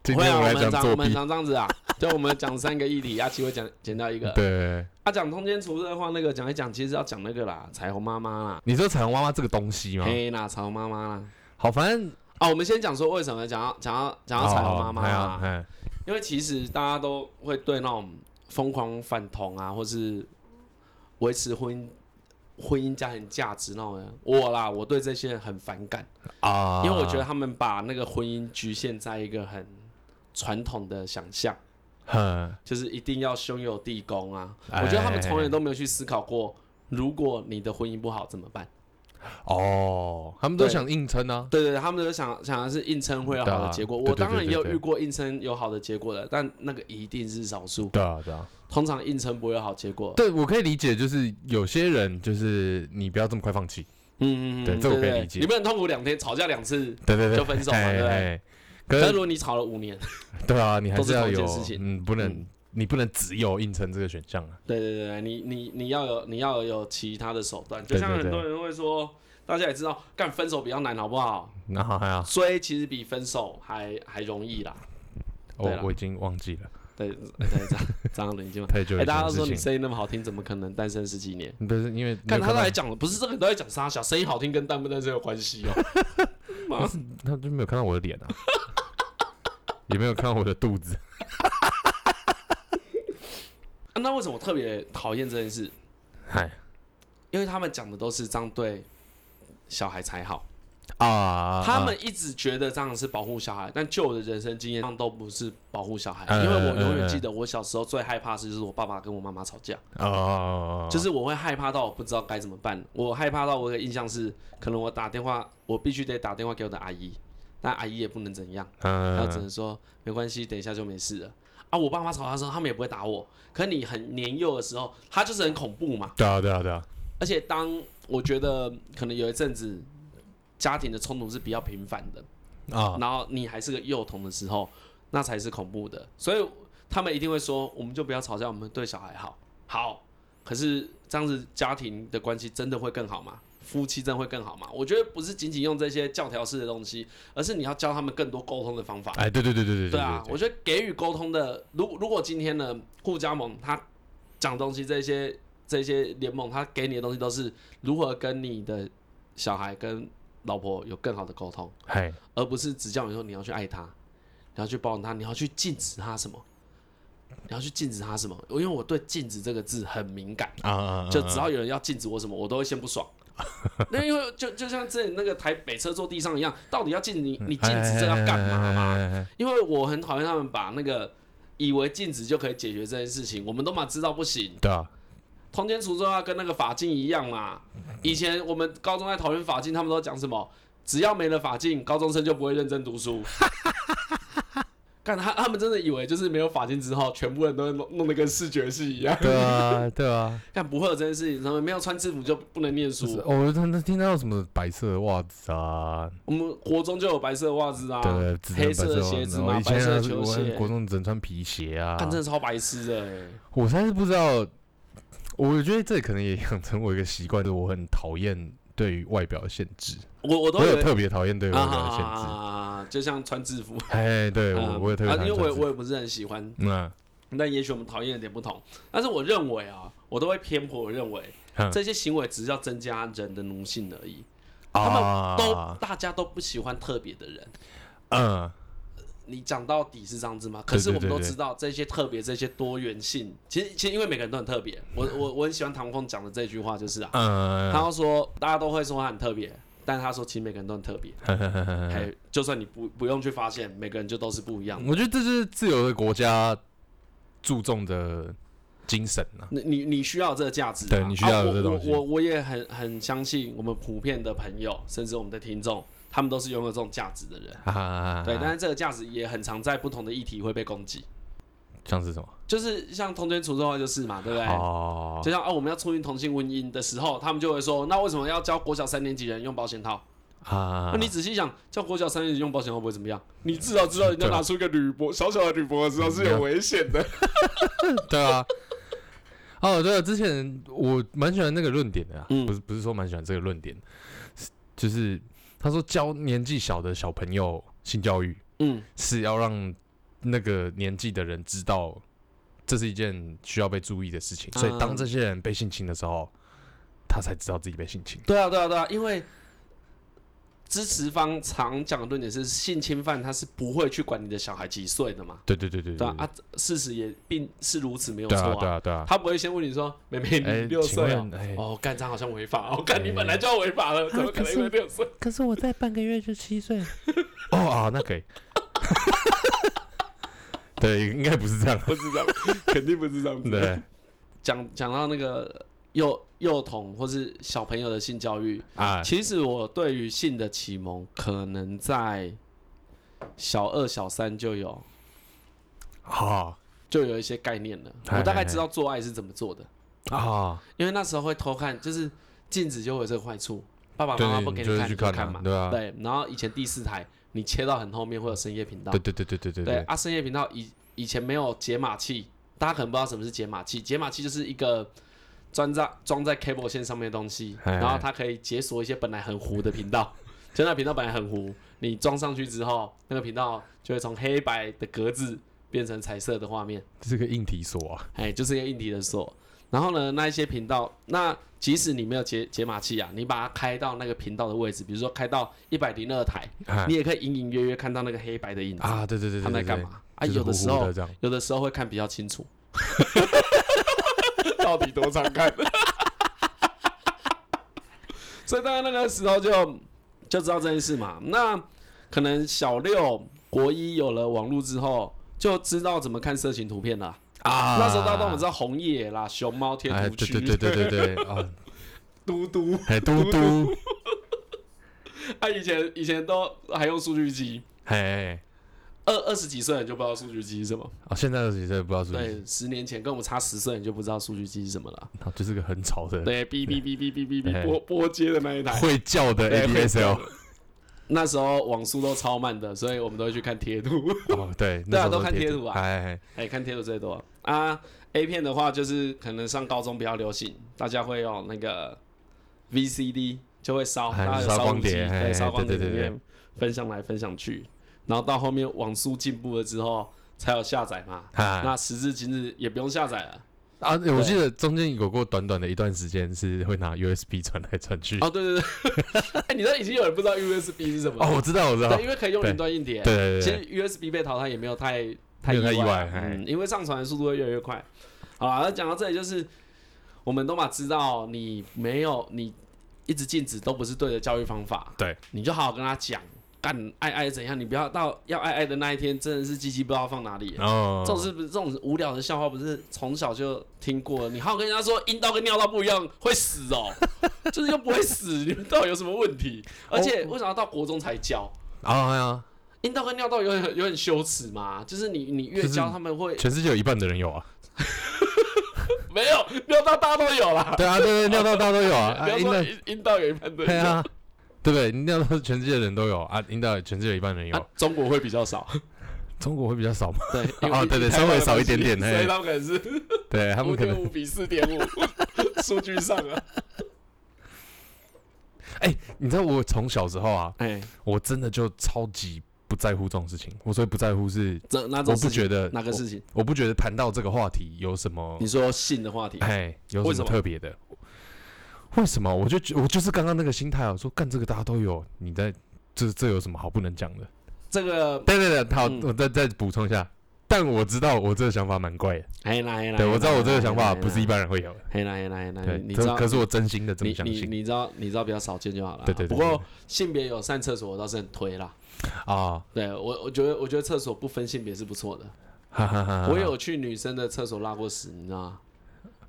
S2: 今
S1: 会
S2: 天
S1: 啊，我
S2: 来
S1: 们
S2: 讲
S1: 常
S2: 作
S1: 我
S2: 弊
S1: 们，常这样子啊，就我们讲三个议题，阿奇会讲讲到一个。
S2: 对，
S1: 他讲通奸除罪的话，那个讲一讲，其实要讲那个啦，彩虹妈妈啦，
S2: 你说彩虹妈妈这个东西吗？
S1: 黑啦，彩虹妈妈啦。
S2: 好，反正
S1: 啊，我们先讲说为什么讲到讲到讲到彩虹妈妈
S2: 哦哎
S1: 啊，
S2: 呀
S1: 因为其实大家都会对那种疯狂反同啊，或是维持婚姻婚姻家庭价值那种人，我啦，我对这些人很反感，
S2: 哎啊，
S1: 因为我觉得他们把那个婚姻局限在一个很传统的想象，
S2: 哼，
S1: 就是一定要兄友弟恭啊，
S2: 哎
S1: 我觉得他们从来都没有去思考过，如果你的婚姻不好怎么办？
S2: 哦，他们都
S1: 对
S2: 想硬撑啊，
S1: 对对，对他们都想想的是硬撑会有好的结果。
S2: 对啊
S1: 我当然也有
S2: 对对对对
S1: 遇过硬撑有好的结果的，但那个一定是少数。
S2: 对啊，对啊，
S1: 通常硬撑不会有好结果。
S2: 对，我可以理解，就是有些人就是你不要这么快放弃，
S1: 嗯嗯嗯，
S2: 对
S1: 嗯
S2: 这我
S1: 对对
S2: 可以
S1: 对
S2: 理解
S1: 你不能痛苦两天，吵架两次，
S2: 对对对，
S1: 就分手嘛
S2: 哎
S1: 对不对
S2: 哎
S1: 可是
S2: 可
S1: 如
S2: 是
S1: 果你吵了五年，
S2: 对啊，你还
S1: 都是
S2: 要
S1: 同一件
S2: 有
S1: 事，情
S2: 嗯，不能
S1: 嗯
S2: 你不能只有硬撑这个选项啊，
S1: 对对对对，你你你要有你要有其他的手段，就
S2: 对
S1: 像
S2: 对
S1: 很
S2: 对
S1: 多人会说，大家也知道，干分手比较难，好不好？
S2: 那好，还好，哦
S1: 追其实比分手还还容易啦。
S2: 我
S1: 对啦
S2: 我已经忘记了
S1: 对对， (laughs) 张张伦经嘛，
S2: 太久
S1: 哎、
S2: 以前
S1: 大家
S2: 的
S1: 都
S2: 事
S1: 说你
S2: 情，
S1: 声音那么好听，怎么可能单身十几年？
S2: 不是因为
S1: 看他
S2: 没有
S1: 都还
S2: 看
S1: 讲了，不是这个人都在讲沙小，声音好听跟淡不淡是有关系
S2: (laughs)
S1: 哦。妈，
S2: 到他就没有看到我的 (laughs) 脸啊，也没有看到我的肚子，
S1: 啊那为什么我特别讨厌这件事？
S2: 嗨
S1: 因为他们讲的都是这样对小孩才好，
S2: 啊，
S1: 他们一直觉得这样是保护小孩，但就我的人生经验上都不是保护小孩，
S2: 嗯
S1: 因为我永
S2: 嗯嗯
S1: 远记得我小时候最害怕的事就是我爸爸跟我妈妈吵架，
S2: 哦，
S1: 就是我会害怕到我不知道该怎么办，我害怕到我的印象是，可能我打电话，我必须得打电话给我的阿姨，但阿姨也不能怎样。然后只
S2: 嗯，
S1: 能说没关系，等一下就没事了。啊，我爸妈吵架的时候，他们也不会打我。可你很年幼的时候，他就是很恐怖嘛。
S2: 对啊对啊对啊，
S1: 而且当我觉得可能有一阵子家庭的冲突是比较频繁的，
S2: 啊，
S1: 然后你还是个幼童的时候，那才是恐怖的。所以他们一定会说，我们就不要吵架，我们对小孩好。好，可是这样子家庭的关系真的会更好吗？夫妻真的会更好吗？我觉得不是仅仅用这些教条式的东西，而是你要教他们更多沟通的方法。
S2: 哎，对对对对对
S1: 对啊，我觉得给予沟通的，如如果今天呢，互加盟他讲东西这些这些联盟，他给你的东西都是如何跟你的小孩跟老婆有更好的沟通，
S2: 嗨，
S1: 而不是只叫你说你要去爱他，你要去包容他，你要去禁止他什么，你要去禁止他什么。因为我对“禁止”这个字很敏感，
S2: 啊啊，啊
S1: 就只要有人要禁止我什么，我都会先不爽。那因为就就像之前那个台北车坐地上一样，到底要禁止你
S2: 嗯
S1: 你禁止这要干
S2: 哎
S1: 嘛嘛？
S2: 嘛？
S1: 因为我很讨厌他们把那个以为禁止就可以解决这件事情，我们都嘛知道不行。
S2: 对啊，
S1: 通奸除罪化跟那个法禁一样嘛。以前我们高中在讨论法禁，他们都讲什么？只要没了法禁，高中生就不会认真读
S2: (laughs)
S1: 书。干他他们真的以为就是没有法禁之后，全部人都弄弄得跟视觉系一
S2: (laughs)
S1: 样。
S2: 对啊，对啊。
S1: 干不会有这件事情，他们没有穿制服就不能念
S2: 就是
S1: 书。
S2: 哦，他那听到什么白色的袜子啊，
S1: 我们国中就有白色的袜子啊
S2: 对，只，能
S1: 黑
S2: 白
S1: 色
S2: 色
S1: 的
S2: 的
S1: 鞋子嘛
S2: 我，
S1: 白
S2: 以前
S1: 色的
S2: 啊
S1: 球
S2: 我
S1: 鞋。
S2: 国中只能穿皮鞋啊。
S1: 干真的超白痴的、欸，
S2: 我实在是不知道，我觉得这可能也养成我一个习惯，就是我很讨厌对于外表的限制。
S1: 我我都
S2: 我
S1: 以
S2: 有
S1: 为
S2: 特别讨厌对外
S1: 啊
S2: 表的限制。
S1: 啊， (laughs) 就像穿制服，
S2: 哎，对
S1: 啊
S2: 我我有特别
S1: 啊
S2: 讨
S1: 因为
S2: 厌
S1: 我也
S2: 这样子。
S1: 我也不是很喜欢，
S2: 嗯
S1: 但也许我们讨厌的点不同，但是我认为啊，我都会偏颇认为
S2: 嗯
S1: 这些行为只是要增加人的奴性而已，他们都、
S2: 啊，
S1: 大家都不喜欢特别的人。
S2: 嗯，
S1: 你讲到底是这样子吗？可
S2: 对
S1: 是
S2: 对
S1: 我们都
S2: 对对
S1: 知道这些特别、这些多元性，其实其实因为每个人都很特别。我我我很喜欢唐凤讲的这句话，就是啊，他
S2: 嗯，
S1: 要说大家都会说他很特别，但他说其实每个人都很特别，
S2: 嗯
S1: 还就算你不不用去发现，每个人就都是不一样的。
S2: 我觉得这是自由的国家注重的精神啊。
S1: 你你你需要这个价值啊、
S2: 对你需要有这东西
S1: 啊、我我我我也很很相信我们普遍的朋友，甚至我们的听众，他们都是拥有这种价值的人。
S2: 啊，
S1: 对，但是这个价值也很常在不同的议题会被攻击，
S2: 像是什么？
S1: 就是像通奸除罪化就是嘛，对不对？
S2: 哦，
S1: 就像啊，我们要促进同性婚姻的时候，他们就会说，那为什么要教国小三年级人用保险套？那、
S2: 啊，
S1: 你仔细想，教国小三年级用保险套不会怎么样？你至少知道人家
S2: 对啊嗯
S1: 拿出一个铝箔小小的铝箔，知道是有危险的。
S2: 对啊。哦，对啊，之前我蛮喜欢那个论点的啊，
S1: 嗯
S2: 不是不是说蛮喜欢这个论点，是就是他说教年纪小的小朋友性教育
S1: 嗯，
S2: 是要让那个年纪的人知道这是一件需要被注意的事情，所以当
S1: 嗯
S2: 这些人被性侵的时候，他才知道自己被性侵。
S1: 对啊，对啊，对啊，因为支持方常讲的论点是，性侵犯他是不会去管你的小孩几岁的嘛，
S2: 对对对对
S1: 对啊，啊，事实也并是如此，没有
S2: 对
S1: 错
S2: 啊对啊对啊。
S1: 他不会先问你说，妹妹你
S2: 哎，
S1: 六
S2: 请
S1: 岁哦
S2: 问，哎，
S1: 哦，干这样好像违法哦，干你本来就要违法了，怎么可能因为六岁？
S2: 可是我在半个月就七岁。 (laughs) 哦啊，那可以。 (laughs) 对，应该不是这样。
S1: 不是这样，肯定不是这样子。
S2: (laughs) 对
S1: 讲讲到那个幼幼童或是小朋友的性教育， (laughs)
S2: 啊，
S1: 其实我对于性的启蒙，可能在小二、小三就有。
S2: 好
S1: 就有一些概念了。
S2: 嗨
S1: 我大概知道做爱是怎么做的，
S2: 啊，
S1: 因为那时候会偷看，就是禁止就会有这个坏处，爸爸妈妈
S2: 对，
S1: 不
S2: 你
S1: 给
S2: 就
S1: 看，
S2: 是去
S1: 你就
S2: 看啊
S1: 嘛。
S2: 对吧？
S1: 对，然后以前第四台你切到很后面会有深夜频道
S2: 对，对对对对对
S1: 对
S2: 对，
S1: 啊，深夜频道以以前没有解码器，大家可能不知道什么是解码器，解码器就是一个。装在装在 cable 线上面的东西，
S2: 嗨
S1: 然后它可以解锁一些本来很糊的频道， (laughs) 就那频道本来很糊，你装上去之后，那个频道就会从黑白的格子变成彩色的画面。
S2: 这是个硬体锁啊。
S1: 哎，就是一个硬体的锁。然后呢，那一些频道，那即使你没有解解码器啊，你把它开到那个频道的位置，比如说开到一百零二台，
S2: (laughs) 哎
S1: 你也可以隐隐约约看到那个黑白的影子，
S2: 啊，对对对对，
S1: 他们在
S2: 对
S1: 干？
S2: 对
S1: 嘛啊？
S2: 就是
S1: 有的时
S2: 糊糊
S1: 候，
S2: 这样，
S1: 有的时候会看比较清
S2: (laughs)
S1: 楚，到底多常 (laughs) 看？所以大家那个时候就就知道这件事嘛。那可能小六、国一有了网络之后，就知道怎么看色情图片了。
S2: 啊，
S1: (laughs) 那时候大家都知
S2: 道。
S1: 道红叶啦、熊猫、天
S2: 哎，
S1: 竺
S2: 对
S1: 区、
S2: 对对对
S1: (laughs)
S2: 对对啊，
S1: 嘟嘟。
S2: 哎，嘟嘟，
S1: 他、以前以前都还用数据机，
S2: 哎，
S1: 二二十几岁人就不知道数据机是什么。
S2: 哦，现在二十几岁不知道是不是，
S1: 对，十年前跟我们差十岁人就不知道数据机是什么了。
S2: 啊就是个很吵的、
S1: 对，哔哔哔哔哔哔
S2: 哎
S1: 哔拨拨接的那一台。
S2: 会叫的
S1: 对会
S2: ADSL。
S1: 那时候网速都超慢的，所以我们都会去看贴图。
S2: 哦，对，
S1: 对啊
S2: 那时候
S1: 都看贴
S2: 贴
S1: 图啊
S2: 哎，
S1: 哎，看贴图最多啊。A 片的话，就是可能上高中比较流行，大家会用那个 VCD 就会烧，
S2: 哎
S1: 大家有
S2: 烧
S1: 烧
S2: 光
S1: 录机
S2: 碟哎
S1: 对，烧光碟
S2: 对对
S1: 里
S2: 对对
S1: 面分享来分享去，然后到后面网速进步了之后才有下载嘛。
S2: 哎
S1: 那时至今日也不用下载了。
S2: 啊，我记得中间有过短短的一段时间是会拿 USB (laughs) 传来传去。
S1: 哦，对对对， (laughs) 哎，你那已经有人不知道 USB 是什么
S2: 哦，
S1: 了？
S2: 我知道，我知道，
S1: 对，
S2: 对
S1: 因为可以用云端硬碟。
S2: 对对
S1: 其
S2: 对，
S1: 实 USB 被淘汰也没有太
S2: 没有太
S1: 意
S2: 意外哎
S1: 嗯，因为上传的速度会越来越快。好啦，那讲到这里就是，我们都嘛知道你没有你一直禁止都不是对的教育方法。
S2: 对，
S1: 你就好好跟他讲，干爱爱怎样，你不要到要爱爱的那一天，真的是鸡鸡不知道放哪里了。
S2: 哦，
S1: 这种是不是这种无聊的笑话，不是从小就听过了？你好好跟人家说阴道跟尿道不一样，会死
S2: (laughs)
S1: 哦，就是又不会死，你们到底有什么问题？
S2: 哦
S1: 而且为什么要到国中才教？
S2: 啊呀，
S1: 阴道跟尿道有点有点羞耻嘛，就是你你越
S2: 就是
S1: 教他们会
S2: 全世界有一半的人有啊。
S1: 没有尿道大家都有啦，
S2: 对啊，对对，尿道大家都有
S1: (laughs)
S2: 啊，
S1: 不
S2: 啊
S1: 要
S2: 阴
S1: 说
S2: 道，
S1: 阴阴哎道有一半的
S2: 对
S1: 人有，
S2: 啊，对不对？尿道是全世界的人都有啊，阴道全世界有一半人
S1: 啊
S2: 有，
S1: 中国会比较少，
S2: 中国会比较少嘛？
S1: (laughs) 对，因为
S2: 哦对对
S1: 台湾
S2: 稍微
S1: 的关
S2: 少一点
S1: 系
S2: 点
S1: 所
S2: 嘿
S1: 以他们可能是
S2: (laughs) 对他们
S1: 五
S2: 可能
S1: 点五比四点五，数据上啊，
S2: 哎、你知道我从小时候啊，
S1: (laughs) 哎，
S2: 我真的就超级不在乎这种事情。我所以不在乎是，
S1: 这那
S2: 我
S1: 种
S2: 不
S1: 事情
S2: 觉得
S1: 哪个事情？
S2: 我，我不觉得谈到这个话题有什么
S1: 你，说性的话题，
S2: 哎，有
S1: 为
S2: 什
S1: 什
S2: 么
S1: 么
S2: 特别的？为什么？我就觉我就是刚刚那个心态啊，我说干这个大家都有，你在这这有什么好不能讲的？
S1: 这个
S2: 对对对，好，
S1: 嗯
S2: 我再再补充一下。但我知道我这个想法蛮怪的，
S1: 嘿啦嘿啦，
S2: 对
S1: 嘿啦
S2: 我知道我这个想
S1: 哎
S2: 法不是一
S1: 嘿啦
S2: 般人会有的，
S1: 嘿啦嘿啦嘿啦，嘿啦
S2: 对，
S1: 哎你知
S2: 这
S1: 道？
S2: 可是我真心的这么
S1: 你
S2: 相
S1: 你
S2: 信
S1: 你知道你知道比较少见就好了啊。
S2: 对对对
S1: 不过性别有上厕所，我倒是很推啦。
S2: 啊，
S1: 对我我觉得我觉得厕所不分性别是不错的。
S2: 哈哈哈！
S1: 我，有去女生的厕所拉过屎，你知道吗？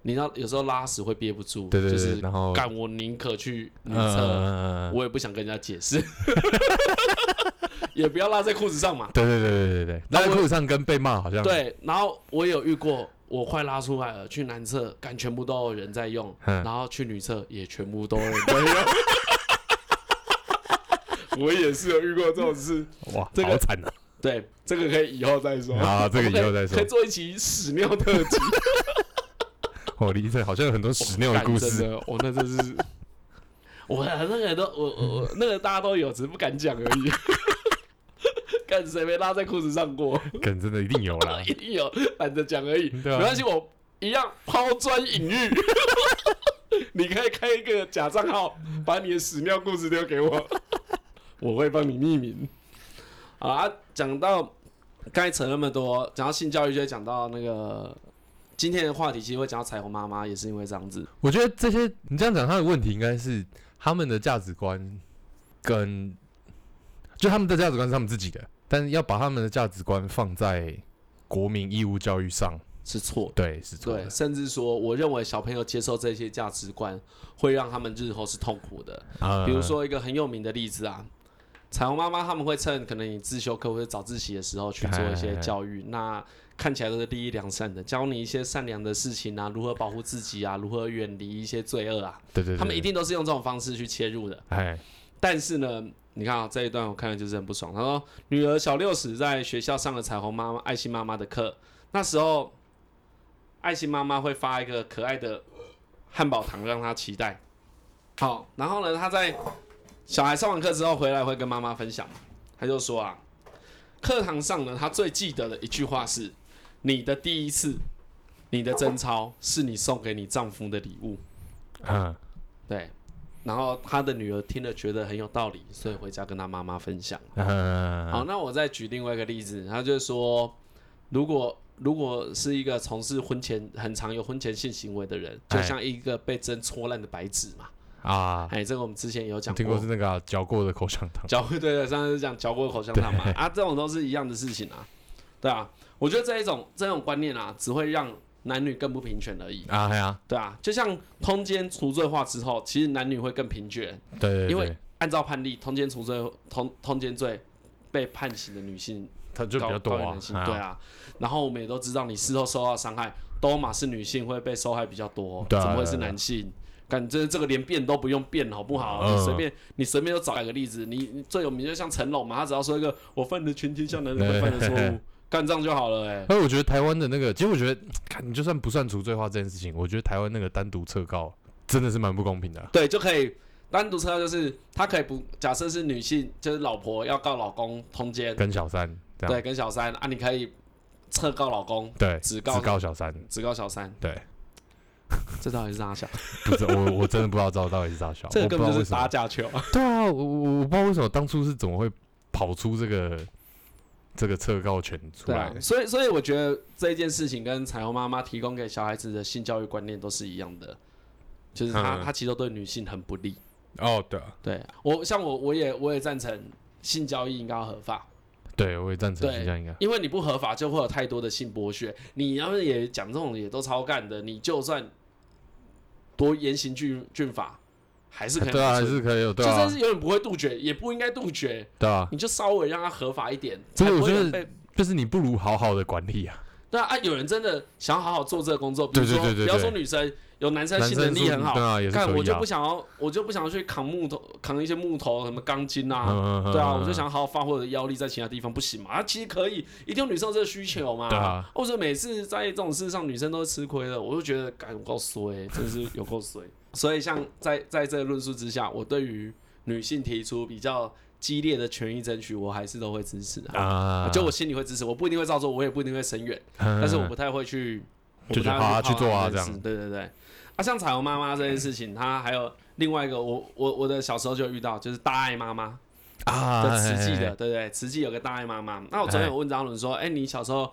S1: 你知道有时候拉屎会憋不住，
S2: 对对
S1: 就
S2: 对，
S1: 是
S2: 然后
S1: 干我宁可去女厕，
S2: 嗯，
S1: 我也不想跟人家解释， (laughs) 也不要拉在裤子上嘛。
S2: 对对对对对对，
S1: 那
S2: 拉在
S1: 我
S2: 裤子上跟被骂好像，
S1: 对，然后我也有遇过，我快拉出来了，去男厕，干全部都有人在用，
S2: 嗯
S1: 然后去女厕也全部
S2: (laughs)
S1: 都有人在 (laughs) 用。我也是有遇过这种事，
S2: 哇，
S1: 这个
S2: 好惨啊！
S1: 对，这个可以以后再说。
S2: 啊这个
S1: 我们
S2: 以后再
S1: (laughs)
S2: 说
S1: 可以可以做一期屎尿特辑。
S2: 我理解，好像有很多屎尿的
S1: 干
S2: 故
S1: 真
S2: 事。
S1: 的，我那真是， (laughs) 我那个都我我我那个大家都有，只是不敢讲而已。 (laughs) 看谁没拉在裤子上过？，
S2: 梗真的一定有啦
S1: (laughs) 一定有懒得讲而已，
S2: 对啊
S1: 没关系，我一样抛砖引玉。 (laughs) 你可以开一个假账号，把你的屎尿故事丢给我， (laughs) 我会帮你匿名。好啊，讲到刚才扯那么多，讲到性教育就会讲到那个今天的话题，其实会讲到彩虹妈妈，也是因为这样子。
S2: 我觉得这些你这样讲，他的问题应该是他们的价值观跟就他们的价值观是他们自己的，但是要把他们的价值观放在国民义务教育上，
S1: 是错的。
S2: 对，是错
S1: 对，
S2: 的
S1: 甚至说，我认为小朋友接受这些价值观，会让他们日后是痛苦的。
S2: 啊
S1: 比如，说一个很有名的例子啊，彩虹妈妈他们会趁可能你自修课或者早自习的时候去做一些教育，那看起来都是利益良善的，教你一些善良的事情啊，如何保护自己啊，如何远离一些罪恶啊，
S2: 对对，对
S1: 他们一，定都是用这种方式去切入的。
S2: 哎，
S1: 但是呢，你看啊、这一段我看了就是很不爽。他说，女儿小六时在学校上了彩虹妈妈、爱心妈妈的课，那时候爱心妈妈会发一个可爱的汉堡糖让她期待。好，然后呢，她在小孩上完课之后回来会跟妈妈分享，她就说啊，课堂上呢，她最记得的一句话是：“你的第一次，你的贞操是你送给你丈夫的礼物。”
S2: 嗯，
S1: 对，然后他的女儿听了觉得很有道理，所以回家跟他妈妈分享。好，
S2: 嗯，
S1: 那我再举另外一个例子，他就说，如果如果是一个从事婚前很常有婚前性行为的人，就
S2: 哎
S1: 像一个被针戳烂的白纸嘛。
S2: 啊，
S1: 哎，这个我们之前也有
S2: 我
S1: 讲
S2: 听过是那个啊嚼过的口香糖，
S1: 嚼对对，上次讲嚼过口香糖
S2: (laughs)
S1: 嘛，啊，这种都是一样的事情啊，对啊，我觉得这一种这种观念啊，只会让男女更不平权而已，
S2: 啊，哎呀，
S1: 对啊，就像通奸除罪化之后，其实男女会更平权，
S2: 对对，对
S1: 因为按照判例，通奸除罪通通奸罪被判刑的女性
S2: 它就比较多
S1: 高于
S2: 啊
S1: 男，性，对啊。然后我们也都知道，你事后受到伤害，都嘛是女性会被受害比较多，
S2: 对啊
S1: 怎么会
S2: 对啊
S1: 是男性？感觉这个连变都不用变，好不好？
S2: 嗯
S1: 你随便你随便就找一个例子，你你最有名就像成龙嘛，他只要说一个我犯了全天下男人会犯的错
S2: 对 (laughs)
S1: 误，干仗就好了、欸，
S2: 哎，我觉得台湾的那个，其实我觉得，看你就算不算除罪化这件事情，我觉得台湾那个单独测高真的是蛮不公平的啊、
S1: 对，就可以。单独车就是他可以不假设是女性，就是老婆要告老公通奸，
S2: 跟小三这样
S1: 对，跟小三啊，你可以撤告老公，
S2: 对，
S1: 只告
S2: 告告小三，
S1: 只告小三，
S2: 对，
S1: 这到底是哪小？
S2: 不是我我真的不知道这到底是啥小，
S1: (laughs) 这
S2: 我
S1: 个
S2: 不
S1: 根本就
S2: 知道为
S1: 是
S2: 什
S1: 打
S2: 么。
S1: 假球。
S2: 对啊，我我我不知道为什么当初是怎么会跑出这个这个测告权
S1: (laughs)
S2: 出
S1: 对
S2: 来
S1: 啊，所以所以我觉得这件事情跟彩虹妈妈提供给小孩子的性教育观念都是一样的，就是他
S2: 嗯
S1: 他其实都对女性很不利。
S2: 哦，对啊，
S1: 对我像我我也我也赞成性交易应该要合法，
S2: 对我也赞成
S1: 对
S2: 这样应该。
S1: 因为你不合法就会有太多的性剥削。你要是也讲这种也都超干的，你就算多严刑峻峻法，还是可以
S2: 对啊，还
S1: 拿出
S2: 是可以有，
S1: 就
S2: 对啊
S1: 算，是有点不会杜绝，也不应该杜绝，
S2: 对啊，
S1: 你就稍微让它合法一点，
S2: 这
S1: 才
S2: 个
S1: 不
S2: 我
S1: 会
S2: 觉
S1: 有
S2: 得
S1: 被。
S2: 就是你不如好好的管理啊。
S1: 对啊啊，有人真的想要好好做这个工作，比如
S2: 对对
S1: 说
S2: 对对
S1: 不要
S2: 对
S1: 说女生，有男生
S2: 男
S1: 性能
S2: 生
S1: 力很好
S2: 对，啊，也是
S1: 看
S2: 可
S1: 我
S2: 以
S1: 就
S2: 啊
S1: 不。想要，我就不想要去扛木头，扛一些木头什么钢筋啊，
S2: 嗯嗯
S1: 对啊，
S2: 嗯
S1: 我就
S2: 嗯
S1: 想好好发挥我的腰力在其他地方，不行嘛？啊，其实可以，一定有女生有这个需求嘛。
S2: 对啊，
S1: 或者每次在这种事上，女生都是吃亏的，我就觉得，感我够衰，真的是有够衰。 (laughs) 所以，像在在这个论述之下，我对于女性提出比较激烈的权益争取，我还是都会支持的。
S2: 啊，
S1: 哦就我心里会支持，我不一定会照做，我也不一定会声援，
S2: 嗯，
S1: 但
S2: 但
S1: 是我不太会去，我
S2: 就
S1: 不
S2: 觉
S1: 太
S2: 得
S1: 会
S2: 好啊
S1: 去
S2: 去做啊
S1: 泡
S2: 这样
S1: 件事对对对。啊，像彩虹妈妈这件事情，她还有另外一个，我我我的小时候就有遇到，就是大爱妈妈。
S2: 啊，
S1: 的慈济
S2: 嘿
S1: 的，，对不对？慈济有个大爱妈妈。那我昨天有问张伦说，哎、你小时候，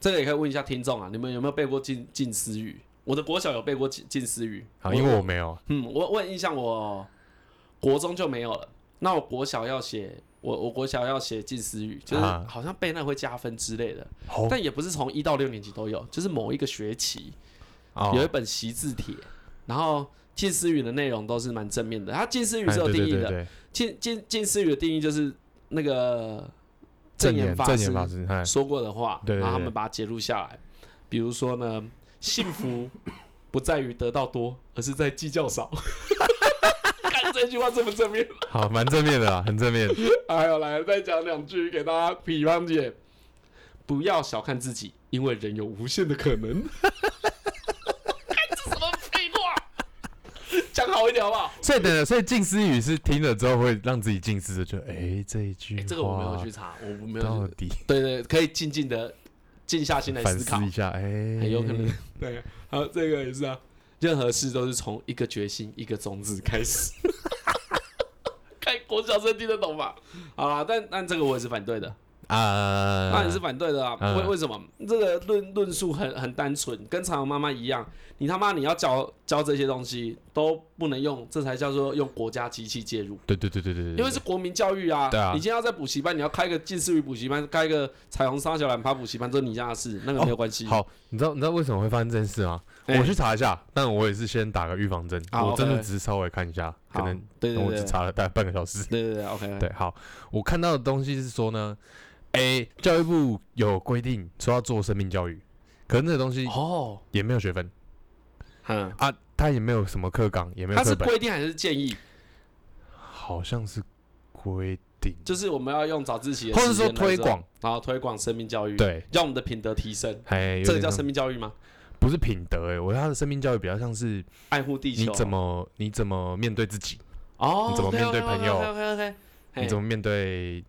S1: 这个也可以问一下听众啊，你们有没有背过近近思语？我的国小有背过近近思语，
S2: 好，因为我没有
S1: 嗯，我我很印象我国中就没有了。那我国小要写，我我国小要写近思语，就是
S2: 啊
S1: 好像背那会加分之类的，
S2: 好
S1: 但也不是从一到六年级都有，就是某一个学期
S2: 哦
S1: 有一本习字帖，然后近思语的内容都是蛮正面的，它近思语
S2: 哎
S1: 是有
S2: 对
S1: 定
S2: 对
S1: 义
S2: 对
S1: 的，
S2: 对
S1: 近近近思语的定义就是那个
S2: 正
S1: 言
S2: 言
S1: 法
S2: 正
S1: 师
S2: 言法师，哎，
S1: 说过的话，
S2: 对对对
S1: 然后他们把它截录下来。比如说呢，幸福不在于得到多，而是在计较少。 (laughs) 看这句话这么正面，
S2: 哎好，蛮正面的啊啦，很正面。
S1: 还有哎来再讲两句给大家比方解，不要小看自己，因为人有无限的可能。看这什么废话，讲好一点好不好？
S2: 所以等等，所以近思语是听了之后会让自己近思的，就哎这一句
S1: 哎、
S2: 话，
S1: 这个我没有去查，我没有去
S2: 到底
S1: 对对，可以静静的静下心来
S2: 反
S1: 思考
S2: 思一，下，哎，
S1: 很有可能。对，好，这个也是啊。任何事都是从一个决心、一个种子开 (laughs) 始。看国小生听得懂吧？好啦，但但这个我也是反对的，
S2: 啊，
S1: 那你是反对的啊？
S2: 嗯
S1: 为为什么？这个论论述很很单纯，跟彩虹妈妈一样，你他妈你要教教这些东西都不能用，这才叫做用国家机器介入。
S2: 对对对对对对，
S1: 因为是国民教育啊，
S2: 对啊
S1: 你今天要在补习班，你要开个近视语补习班，开个彩虹沙小懒趴补习班，这是你家的事，那个没有关系。
S2: 哦好，你知道你知道为什么会发生这件事吗？
S1: 哎
S2: 我去查一下，但我也是先打个预防针，
S1: 好
S2: 我真的
S1: OK
S2: 只是稍微看一下，
S1: 好，
S2: 可能
S1: 对对
S2: 我
S1: 对
S2: 只查了大概半个小时。
S1: 对对对，OK，
S2: 对，好，我看到的东西是说呢，哎，教育部有规定说要做生命教育，可是那个东西
S1: 哦，
S2: 也没有学分
S1: 嗯，
S2: 啊，它也没有什么课纲，也没有
S1: 它
S2: 课
S1: 是
S2: 本，
S1: 规定还是建议？
S2: 好像是规定，
S1: 就是我们要用早自习的
S2: 或者
S1: 时间
S2: 说
S1: 来做
S2: 推，广，
S1: 然后推广生命教育，，
S2: 对，
S1: 让我们的品德提升，
S2: 哎，有
S1: 这个
S2: 点
S1: 叫
S2: 像
S1: 生命教育吗？
S2: 不是品德，哎，我觉得他的生命教育比较像是
S1: 爱护地
S2: 你
S1: 球，
S2: 怎么你怎么面对自己。
S1: 哦，
S2: 你怎么面对朋友
S1: ？OK，OK，
S2: 你怎
S1: 么
S2: 么面对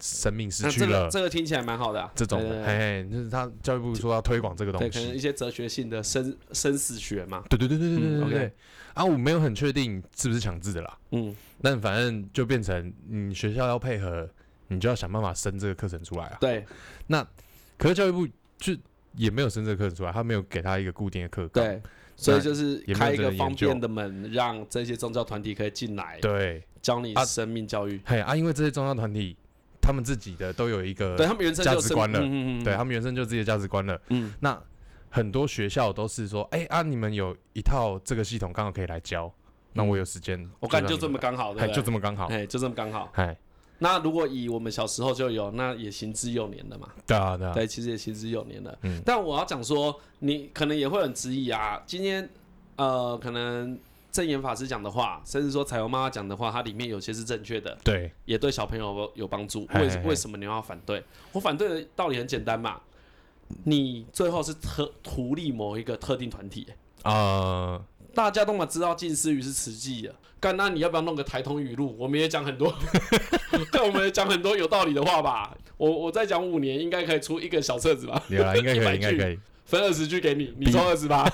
S2: 生命失去
S1: 这
S2: 了
S1: 个这个听起来蛮好的啊，
S2: 这种
S1: 对
S2: 的？
S1: 对
S2: 嘿
S1: 对
S2: 嘿，就是他教育部说要推广这个东
S1: 对，可能一
S2: 西。
S1: 些哲学性的生生死学嘛，
S2: 对对对对对对
S1: 嗯
S2: 对
S1: ，OK
S2: 对。啊，我没有很确定是不是强制的啦，
S1: 嗯，
S2: 但反正就变成你学校要配合，你就要想办法生这个课程出来啊。
S1: 对
S2: 可是教育部就也没有生这个课程出来，他没有给他一个固定的课纲。
S1: 对。所以就是
S2: 也没有
S1: 开一
S2: 这
S1: 个
S2: 个研
S1: 方
S2: 究
S1: 便的门，让这些宗教团体可以进来，
S2: 对，
S1: 教你
S2: 啊
S1: 生命教育。
S2: 嘿啊，因为这些宗教团体他们自己的都有一个
S1: 对他们原生就
S2: 价
S1: 有
S2: 值
S1: 生
S2: 观了
S1: 嗯嗯嗯，
S2: 对他啊们原生就自己的价值观了。
S1: 嗯，
S2: 那很多学校都是说，哎、啊，你们有一套这个系统，刚好可以来教。那我有时间，
S1: 嗯我感觉
S2: 让
S1: 就
S2: 你
S1: 这
S2: 们
S1: 么刚好，
S2: 来，哎，
S1: 对，
S2: 就这
S1: 么，
S2: 么刚好，
S1: 哎，就这么刚好。
S2: 哎，
S1: 那如果以我们小时候就有，那也行之有年了嘛。
S2: 对啊，对啊，
S1: 对，其实也行之有年了。
S2: 嗯
S1: 但我要讲说，你可能也会很质疑啊。今天，呃，可能正言法师讲的话，甚至说彩虹妈妈讲的话，它里面有些是正确的，
S2: 对，
S1: 也对小朋友有帮助。
S2: 嘿
S1: 为
S2: 嘿嘿
S1: 为什么你要反对？我反对的道理很简单嘛，你最后是特图利某一个特定团体、
S2: 呃，
S1: 大家都嘛知道近思语是慈济的，干那你要不要弄个台通语录？我们也讲很
S2: (laughs)
S1: 多，但我们也讲很多有道理的话吧。我我再讲五年，应该可以出一个小册子吧，
S2: 有啦，应该可
S1: 一百 (laughs)
S2: 以，应该
S1: 句
S2: 可以，
S1: 分二十句给你，你抽二十八。 (laughs)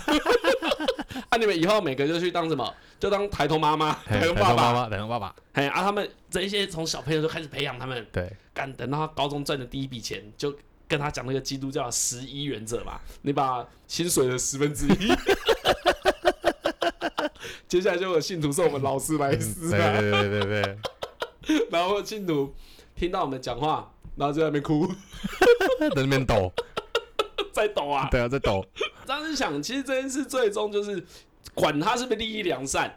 S1: 啊，你们以后每个就去当什么？就当台通妈妈、
S2: 嘿
S1: 台通
S2: 台
S1: 爸
S2: 中妈
S1: 爸。
S2: 妈，台中爸爸，
S1: 哎啊，他们这一些从小朋友就开始培养他们，
S2: 对，
S1: 干等到他高中赚的第一笔钱，就跟他讲那个基督教的十一原则嘛，你把薪水的十分之一。 (laughs) 接下来就有信徒送我们劳斯莱
S2: 嗯
S1: 斯
S2: 对
S1: 啊，
S2: 对对对对对，
S1: 然后信徒听到我们讲话，然后就在那边哭， (laughs)
S2: 在那边抖，
S1: 在抖啊。
S2: 对啊，在
S1: (laughs)
S2: 抖，
S1: 当时想，其实这件事最终就是管他是不是利益良善，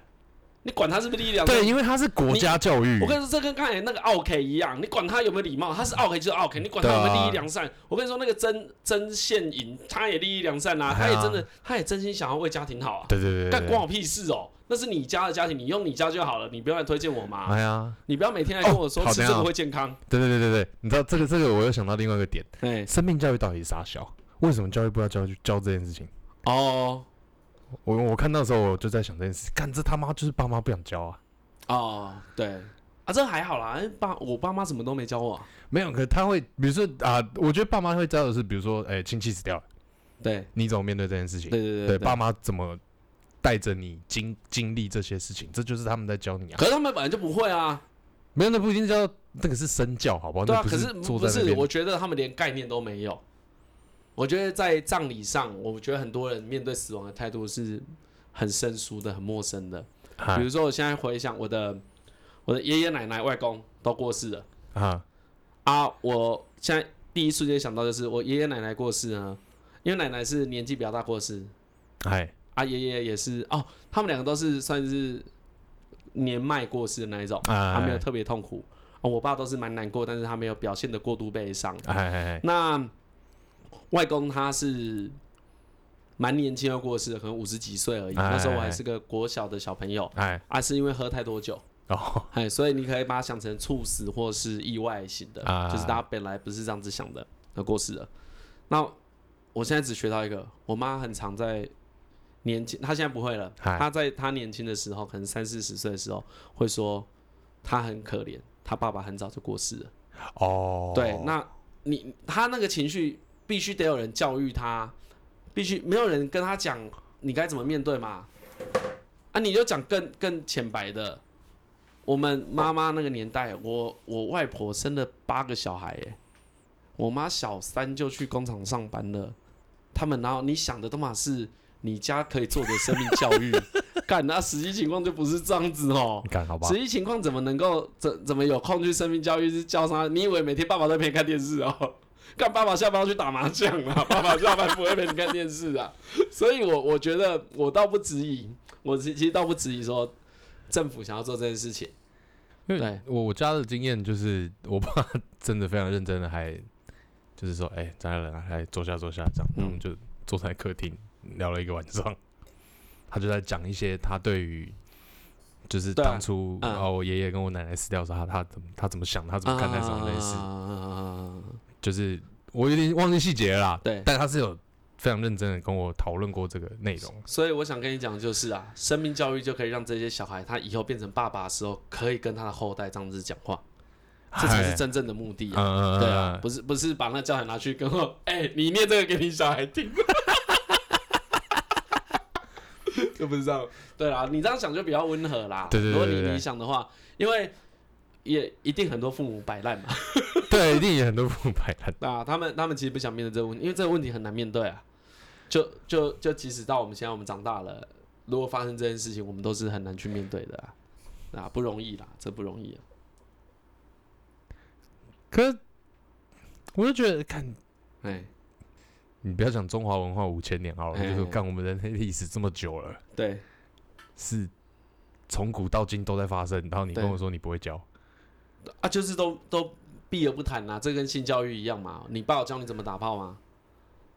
S1: 你管他是不是利益良善，
S2: 对，因为它是国家教育
S1: 我，跟你说，这跟刚才那个 OK 一样，你管他有没有礼貌，他是 OK 就是 OK，你管他有没有
S2: 对啊
S1: 利益良善，我跟你说，那个曾曾宪颖，他也利益良善啦、啊他
S2: 哎呀
S1: 也真的，他也真心想要为家庭好啊，
S2: 对对对
S1: 干
S2: 对
S1: 关我
S2: 对，
S1: 屁事哦，那是你家的家庭，你用你家就好了，你不要来推荐我妈，
S2: 哎呀，
S1: 你不要每天来跟我说
S2: 哦好
S1: 吃这
S2: 等一
S1: 个
S2: 下
S1: 会健康，
S2: 对对对对对，你知道这个这个，我又想到另外一个点，
S1: 哎、
S2: 生命教育到底是啥小？为什么教育部要教教这件事情？
S1: 哦
S2: 我我看到的时候，我就在想这件事，干这他妈就是爸妈不想教啊。
S1: 哦，对啊，这还好啦，爸我爸妈什么都没教我啊、
S2: 没有，可他会，比如说啊、我觉得爸妈会教的是，比如说，哎、亲戚死掉了，
S1: 对
S2: 你怎么面对这件事情？
S1: 对对
S2: 对，爸妈怎么带着你经经历这些事情，这就是他们在教你啊。
S1: 可是他们本来就不会啊，
S2: 没有，那不一定叫那个是身教，好不好？
S1: 对啊，
S2: 那
S1: 可
S2: 不
S1: 是
S2: 坐
S1: 不
S2: 在那
S1: 是？
S2: 边
S1: 我觉得他们连概念都没有。我觉得在葬礼上，我觉得很多人面对死亡的态度是很生疏的、很陌生的。比
S2: 啊
S1: 如说，我现在回想我的我的爷爷奶奶、外公都过世了
S2: 啊，
S1: 啊，我现在第一瞬间想到就是我爷爷奶奶过世呢，因为奶奶是年纪比较大过世
S2: 哎，
S1: 啊，爷爷也是哦，他们两个都是算是年迈过世的那一种，他
S2: 他
S1: 没有特别痛苦。哦，我爸都是蛮难过，但是他没有表现的过度悲伤。
S2: 哎哎
S1: 那外公他是蛮年轻就过世的，可能五十几岁而已。
S2: 哎
S1: 那时候我还是个国小的小朋友
S2: 哎，
S1: 啊，是因为喝太多酒，
S2: 哦，
S1: 哎，所以你可以把它想成猝死或是意外型的，
S2: 啊
S1: 就是大家本来不是这样子想的，那过世了。那我现在只学到一个，我妈很常在年轻，她现在不会了，
S2: 哎
S1: 她在她年轻的时候，可能三四十岁的时候会说她很可怜，她爸爸很早就过世了。
S2: 哦，
S1: 对，那你他那个情绪必须得有人教育他，必须没有人跟他讲你该怎么面对嘛。啊，你就讲更更浅白的。我们妈妈那个年代，我我外婆生了八个小孩，哎，我妈小三就去工厂上班了。他们然后你想的都嘛是你家可以做的生命教育， (laughs) 干那实际情况就不是这样子哦。
S2: 你看好吧
S1: 实，际情况怎么能够怎怎么有空去生命教育是教啥？你以为每天爸爸在陪你看电视哦？ (laughs) 干爸爸下班要去打麻将啊， (laughs) 爸爸下班不会陪你看电视啊。 (laughs) 所以我我觉得我倒不质疑，我其其实倒不质疑说政府想要做这件事情。
S2: 因
S1: 对
S2: 为我我家的经验就是，我爸 (laughs) 真的非常认真的，还就是说，哎、张家人啊，来坐下坐下，这样，
S1: 嗯
S2: 然后我们就坐在客厅聊了一个晚上，他就在讲一些他对于。就是
S1: 对啊
S2: 当初
S1: 嗯
S2: 哦，我爷爷跟我奶奶死掉的时候，他他怎么他怎么想，他怎么看待什么类似，
S1: 啊
S2: 就是我有点忘记细节了啦。
S1: 对
S2: 但他是有非常认真的跟我讨论过这个内容。
S1: 所以我想跟你讲，就是啊，生命教育就可以让这些小孩，他以后变成爸爸的时候，可以跟他的后代这样子讲话，这才
S2: 嗨
S1: 是真正的目的啊。
S2: 嗯
S1: 对啊，，不是不是把那教材拿去跟我， (laughs) 哎、你念这个给你小孩听， (laughs) 就不是这样。对啦，你这样想就比较温和啦。
S2: 对对对
S1: 如果
S2: 对
S1: 你
S2: 对
S1: 你想的话，因为也一定很多父母摆烂嘛， (laughs)
S2: 对，一定也很多不白烂。
S1: 啊，他们他们其实不想面对这个问题，因为这个问题很难面对啊。就就就即使到我们现在我们长大了，如果发生这件事情，我们都是很难去面对的啊，啊不容易啦，这不容易、啊。
S2: 可是我就觉得，看
S1: 哎，
S2: 你不要讲中华文化五千年好了，
S1: 哎
S2: 就是干我们人类历史这么久了，
S1: 对
S2: 是从古到今都在发生。然后你
S1: 对
S2: 跟我说你不会教，
S1: 啊，就是都都避而不谈啊，这跟性教育一样嘛。你爸有教你怎么打炮吗？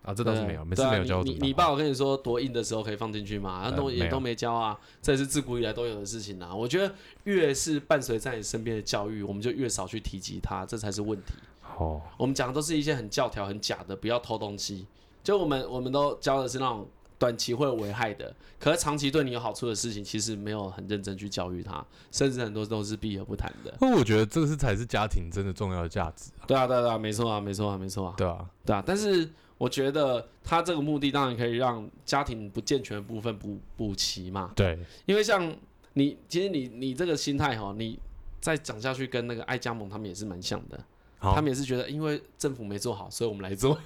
S2: 啊，这倒是
S1: 对
S2: 没有，每次
S1: 对啊
S2: 没有教我
S1: 你
S2: 怎
S1: 你
S2: 么
S1: 你
S2: 打
S1: 爸
S2: 炮
S1: 有跟你说多硬的时候可以放进去吗？啊
S2: 呃
S1: 都、
S2: 没
S1: 也
S2: 有
S1: 都没教啊，这也是自古以来都有的事情啊。我觉得越是伴随在你身边的教育，我们就越少去提及它，这才是问题。
S2: 哦，
S1: 我们讲的都是一些很教条、很假的，不要偷东西。就我们我们都教的是那种短期会有危害的，可是长期对你有好处的事情，其实没有很认真去教育他，甚至很多都是避而不谈的。
S2: 那我觉得这是才是家庭真的重要的价值，
S1: 对啊，对啊，对啊，没错啊，没错啊，没错啊。
S2: 对啊，
S1: 对啊，但是我觉得他这个目的当然可以让家庭不健全的部分补补齐嘛，
S2: 对，
S1: 因为像你，其实你你这个心态哈，你再讲下去跟那个爱加盟他们也是蛮像的，
S2: 好
S1: 他们也是觉得，因为政府没做好，所以我们来
S2: (laughs)
S1: 做。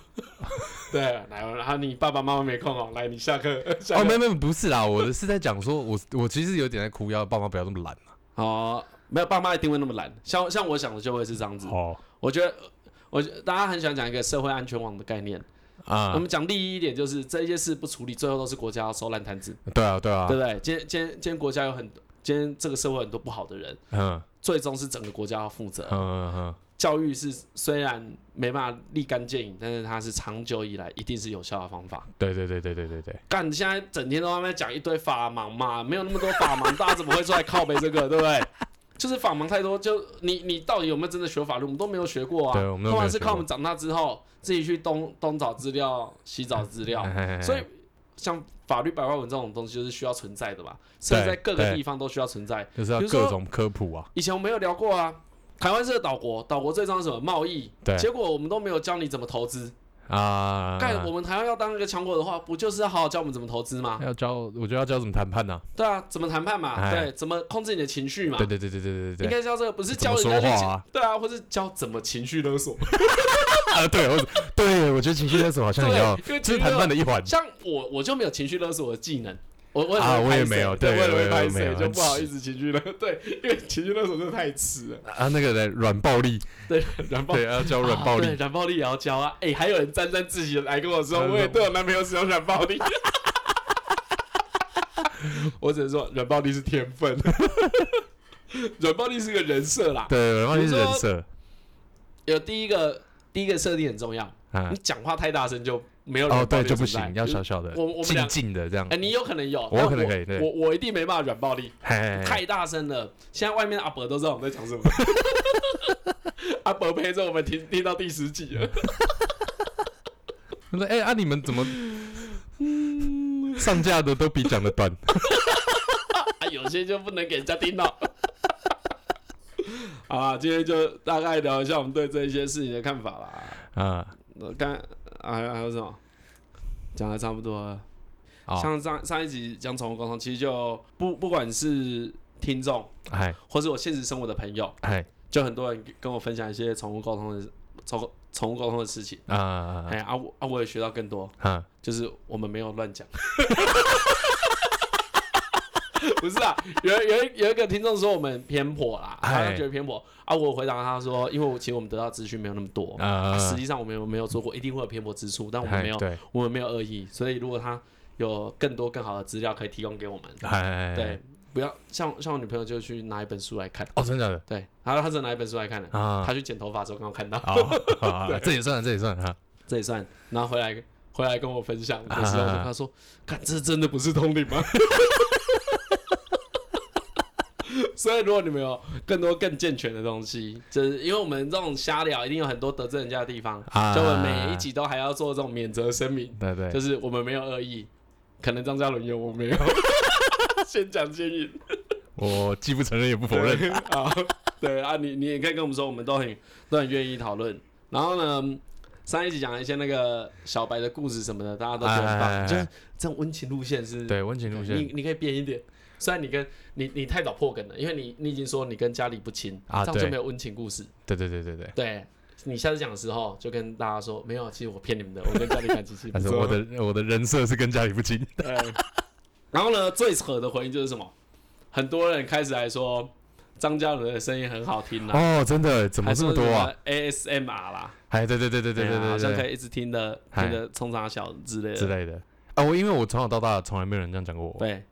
S1: 对，来，然后你爸爸妈妈没空哦，来，你下课，下
S2: 哦，
S1: 课。
S2: 没没不是啦，我的是在讲说，我我其实有点在哭，要爸妈不要这么懒啊
S1: 哦，没有，爸妈一定会那么懒。像像我想的就会是这样子。
S2: 哦
S1: 我觉得，我觉得大家很喜欢讲一个社会安全网的概念。我
S2: 啊，
S1: 们讲利益一点，就是这些事不处理，最后都是国家要收烂摊子，
S2: 对啊对啊
S1: 对，不对？今天今天今天国家有很，今天这个社会很多不好的人，
S2: 嗯
S1: 最终是整个国家要负责
S2: 嗯。嗯嗯，
S1: 教育是虽然没办法立竿见影，但是它是长久以来一定是有效的方法。
S2: 对对对对对对对，
S1: 干，你现在整天都在那边讲一堆法盲嘛，没有那么多法盲，大家怎么会出来靠背这个，对不对？就是法盲太多，就你你到底有没有真的学法律？我们都没有学过啊，
S2: 对我们都没有
S1: 通常是
S2: 学
S1: 靠
S2: 过
S1: 我们长大之后自己去东东找资料、西找资
S2: 哎
S1: 料，啊所以像法律白话文这种东西就是需要存在的嘛，甚至在各个
S2: 对
S1: 地方都需要存在。
S2: 就是要
S1: 比如说
S2: 各种科普啊，
S1: 以前我们有聊过啊，台湾是个岛国，岛国最重要是什么贸易，
S2: 对
S1: 结果我们都没有教你怎么投资。
S2: 啊，
S1: 干，我们台湾要当一个强国的话，不就是要好好教我们怎么投资吗？
S2: 要教，我觉得要教怎么谈判呢？
S1: 对啊，怎么谈判嘛？
S2: 哎
S1: 对，怎么控制你的情绪嘛？
S2: 对对对对对对
S1: 应
S2: 对，
S1: 该教这个，不是
S2: 怎
S1: 教
S2: 么
S1: 人
S2: 说
S1: 家去
S2: 话啊
S1: 情对啊，或是教怎么情绪勒索。
S2: 啊，对，我对我觉得情绪勒索好像也要，
S1: 对，因为
S2: 这
S1: 情绪
S2: 是谈
S1: 勒
S2: 判的一环。
S1: 像我，我就没有情绪勒索的技能。我我
S2: 啊
S1: 很会
S2: 我也
S1: 拍谁
S2: 没有
S1: 对，
S2: 对
S1: 我也
S2: 我
S1: 会
S2: 也
S1: 拍
S2: 没
S1: 谁，
S2: 有
S1: 就不好意思情绪勒。对，因为情绪勒索真的太迟了。
S2: 啊，那个的软暴力，
S1: (laughs) 软暴
S2: 对，要教软暴
S1: 啊对
S2: 力，
S1: 软暴力也要教啊！哎，还有人沾沾自喜的来跟我说，
S2: 嗯
S1: 我也对我男朋友使用软暴力。 (laughs) 我只能说，软暴力是天
S2: (laughs)
S1: 分，软暴力是个人设啦。
S2: 对，软暴力是人设
S1: 有第一个第一个设定很重要，
S2: 啊
S1: 你，讲话太大声就没有人暴
S2: 哦，对，
S1: 力
S2: 就不
S1: 存在
S2: 行，要小。小的
S1: 我我，们俩
S2: 静静的这样
S1: 哎、，你有可能有，
S2: 我
S1: 但
S2: 可能可以对哎
S1: 我我一定没办法软暴力，
S2: 太
S1: 太大声了。现在外面的阿伯都知道我们在讲
S2: (laughs)
S1: 什么，阿伯陪着我们听听到第十集了。
S2: 他说：“哎、啊，你们怎么上架的都比讲
S1: (laughs)
S2: 的短？
S1: 啊，有些就不能给人家听到。 (laughs) 好啊啦，今天就大概聊一下我们对这一些事情的看法啦。
S2: 啊，
S1: 呃刚还有还有什么讲的差不多了？
S2: 哦，
S1: 像上上一集讲宠物沟通，其实就不不管是听众
S2: 哎
S1: 或是我现实生活的朋友，
S2: 哎
S1: 就很多人跟我分享一些宠物沟通的宠宠物沟通的事情。
S2: 啊啊
S1: 哎啊我啊我也学到更多，
S2: 啊！
S1: 就是我们没有乱讲。 (laughs) 不是啊，有有一有一个听众说我们偏颇啦，他
S2: 哎
S1: 就觉得偏颇啊。我回答他说，因为我其实我们得到资讯没有那么多，
S2: 啊
S1: 啊
S2: 啊
S1: 实际上我们有没有做过，一定会有偏颇之处，但我们
S2: 哎
S1: 没有
S2: 对，
S1: 我们没有恶意，所以如果他有更多更好的资料可以提供给我们，
S2: 哎哎
S1: 对，不要像像我女朋友就去拿一本书来看，
S2: 哦，真的假的
S1: 对，她她只拿一本书来看的，
S2: 啊
S1: 她去剪头发的时候刚好看到， (laughs)
S2: 啊啊啊！这也算，这也算啊！
S1: 这也算，然后回来回来跟我分享的
S2: 啊
S1: 时候，她说：“看，这真的不是通灵吗？” (laughs) 所以，如果你们有更多更健全的东西，就是因为我们这种瞎聊，一定有很多得罪人家的地方，
S2: 啊
S1: 就我们每一集都还要做这种免责声明，
S2: 对对，
S1: 就是我们没有恶意，可能张嘉伦有，我没
S2: (laughs)
S1: 有。先讲先赢，
S2: 我既不承认也不否认。
S1: 啊， (laughs) 对啊，你你也可以跟我们说，我们都很都很愿意讨论。然后呢，上一集讲了一些那个小白的故事什么的，大家都觉得很
S2: 哎哎哎
S1: 棒，就是这种温情路线是，
S2: 对，温情路
S1: 你
S2: 线
S1: 你可以变一点。虽然你跟你你太早破梗了，因为你你已经说你跟家里不亲，
S2: 啊
S1: 这样就
S2: 对
S1: 没有温情故事。
S2: 对对对对对。
S1: 对你下次讲的时候，就跟大家说，没有，啊其实我骗你们的，我跟家里感情是不
S2: (laughs) 但是
S1: 错
S2: 我的我的人设是跟家里不亲。
S1: 对，然后呢，最扯的回应就是什么？很多人开始来说张嘉伦的声音很好听啦，
S2: 哦，真的，怎么
S1: 还
S2: 这
S1: 说
S2: 么多啊？
S1: 什么？ASMR 啦，
S2: 哎，对对对对对
S1: 啊好
S2: 对
S1: 像
S2: 对
S1: 可
S2: 对
S1: 以一直听的，
S2: 嗨
S1: 听的冲啥小之类的
S2: 之类的。啊，我因为我从小到大从来没有人这样讲过我，
S1: 对，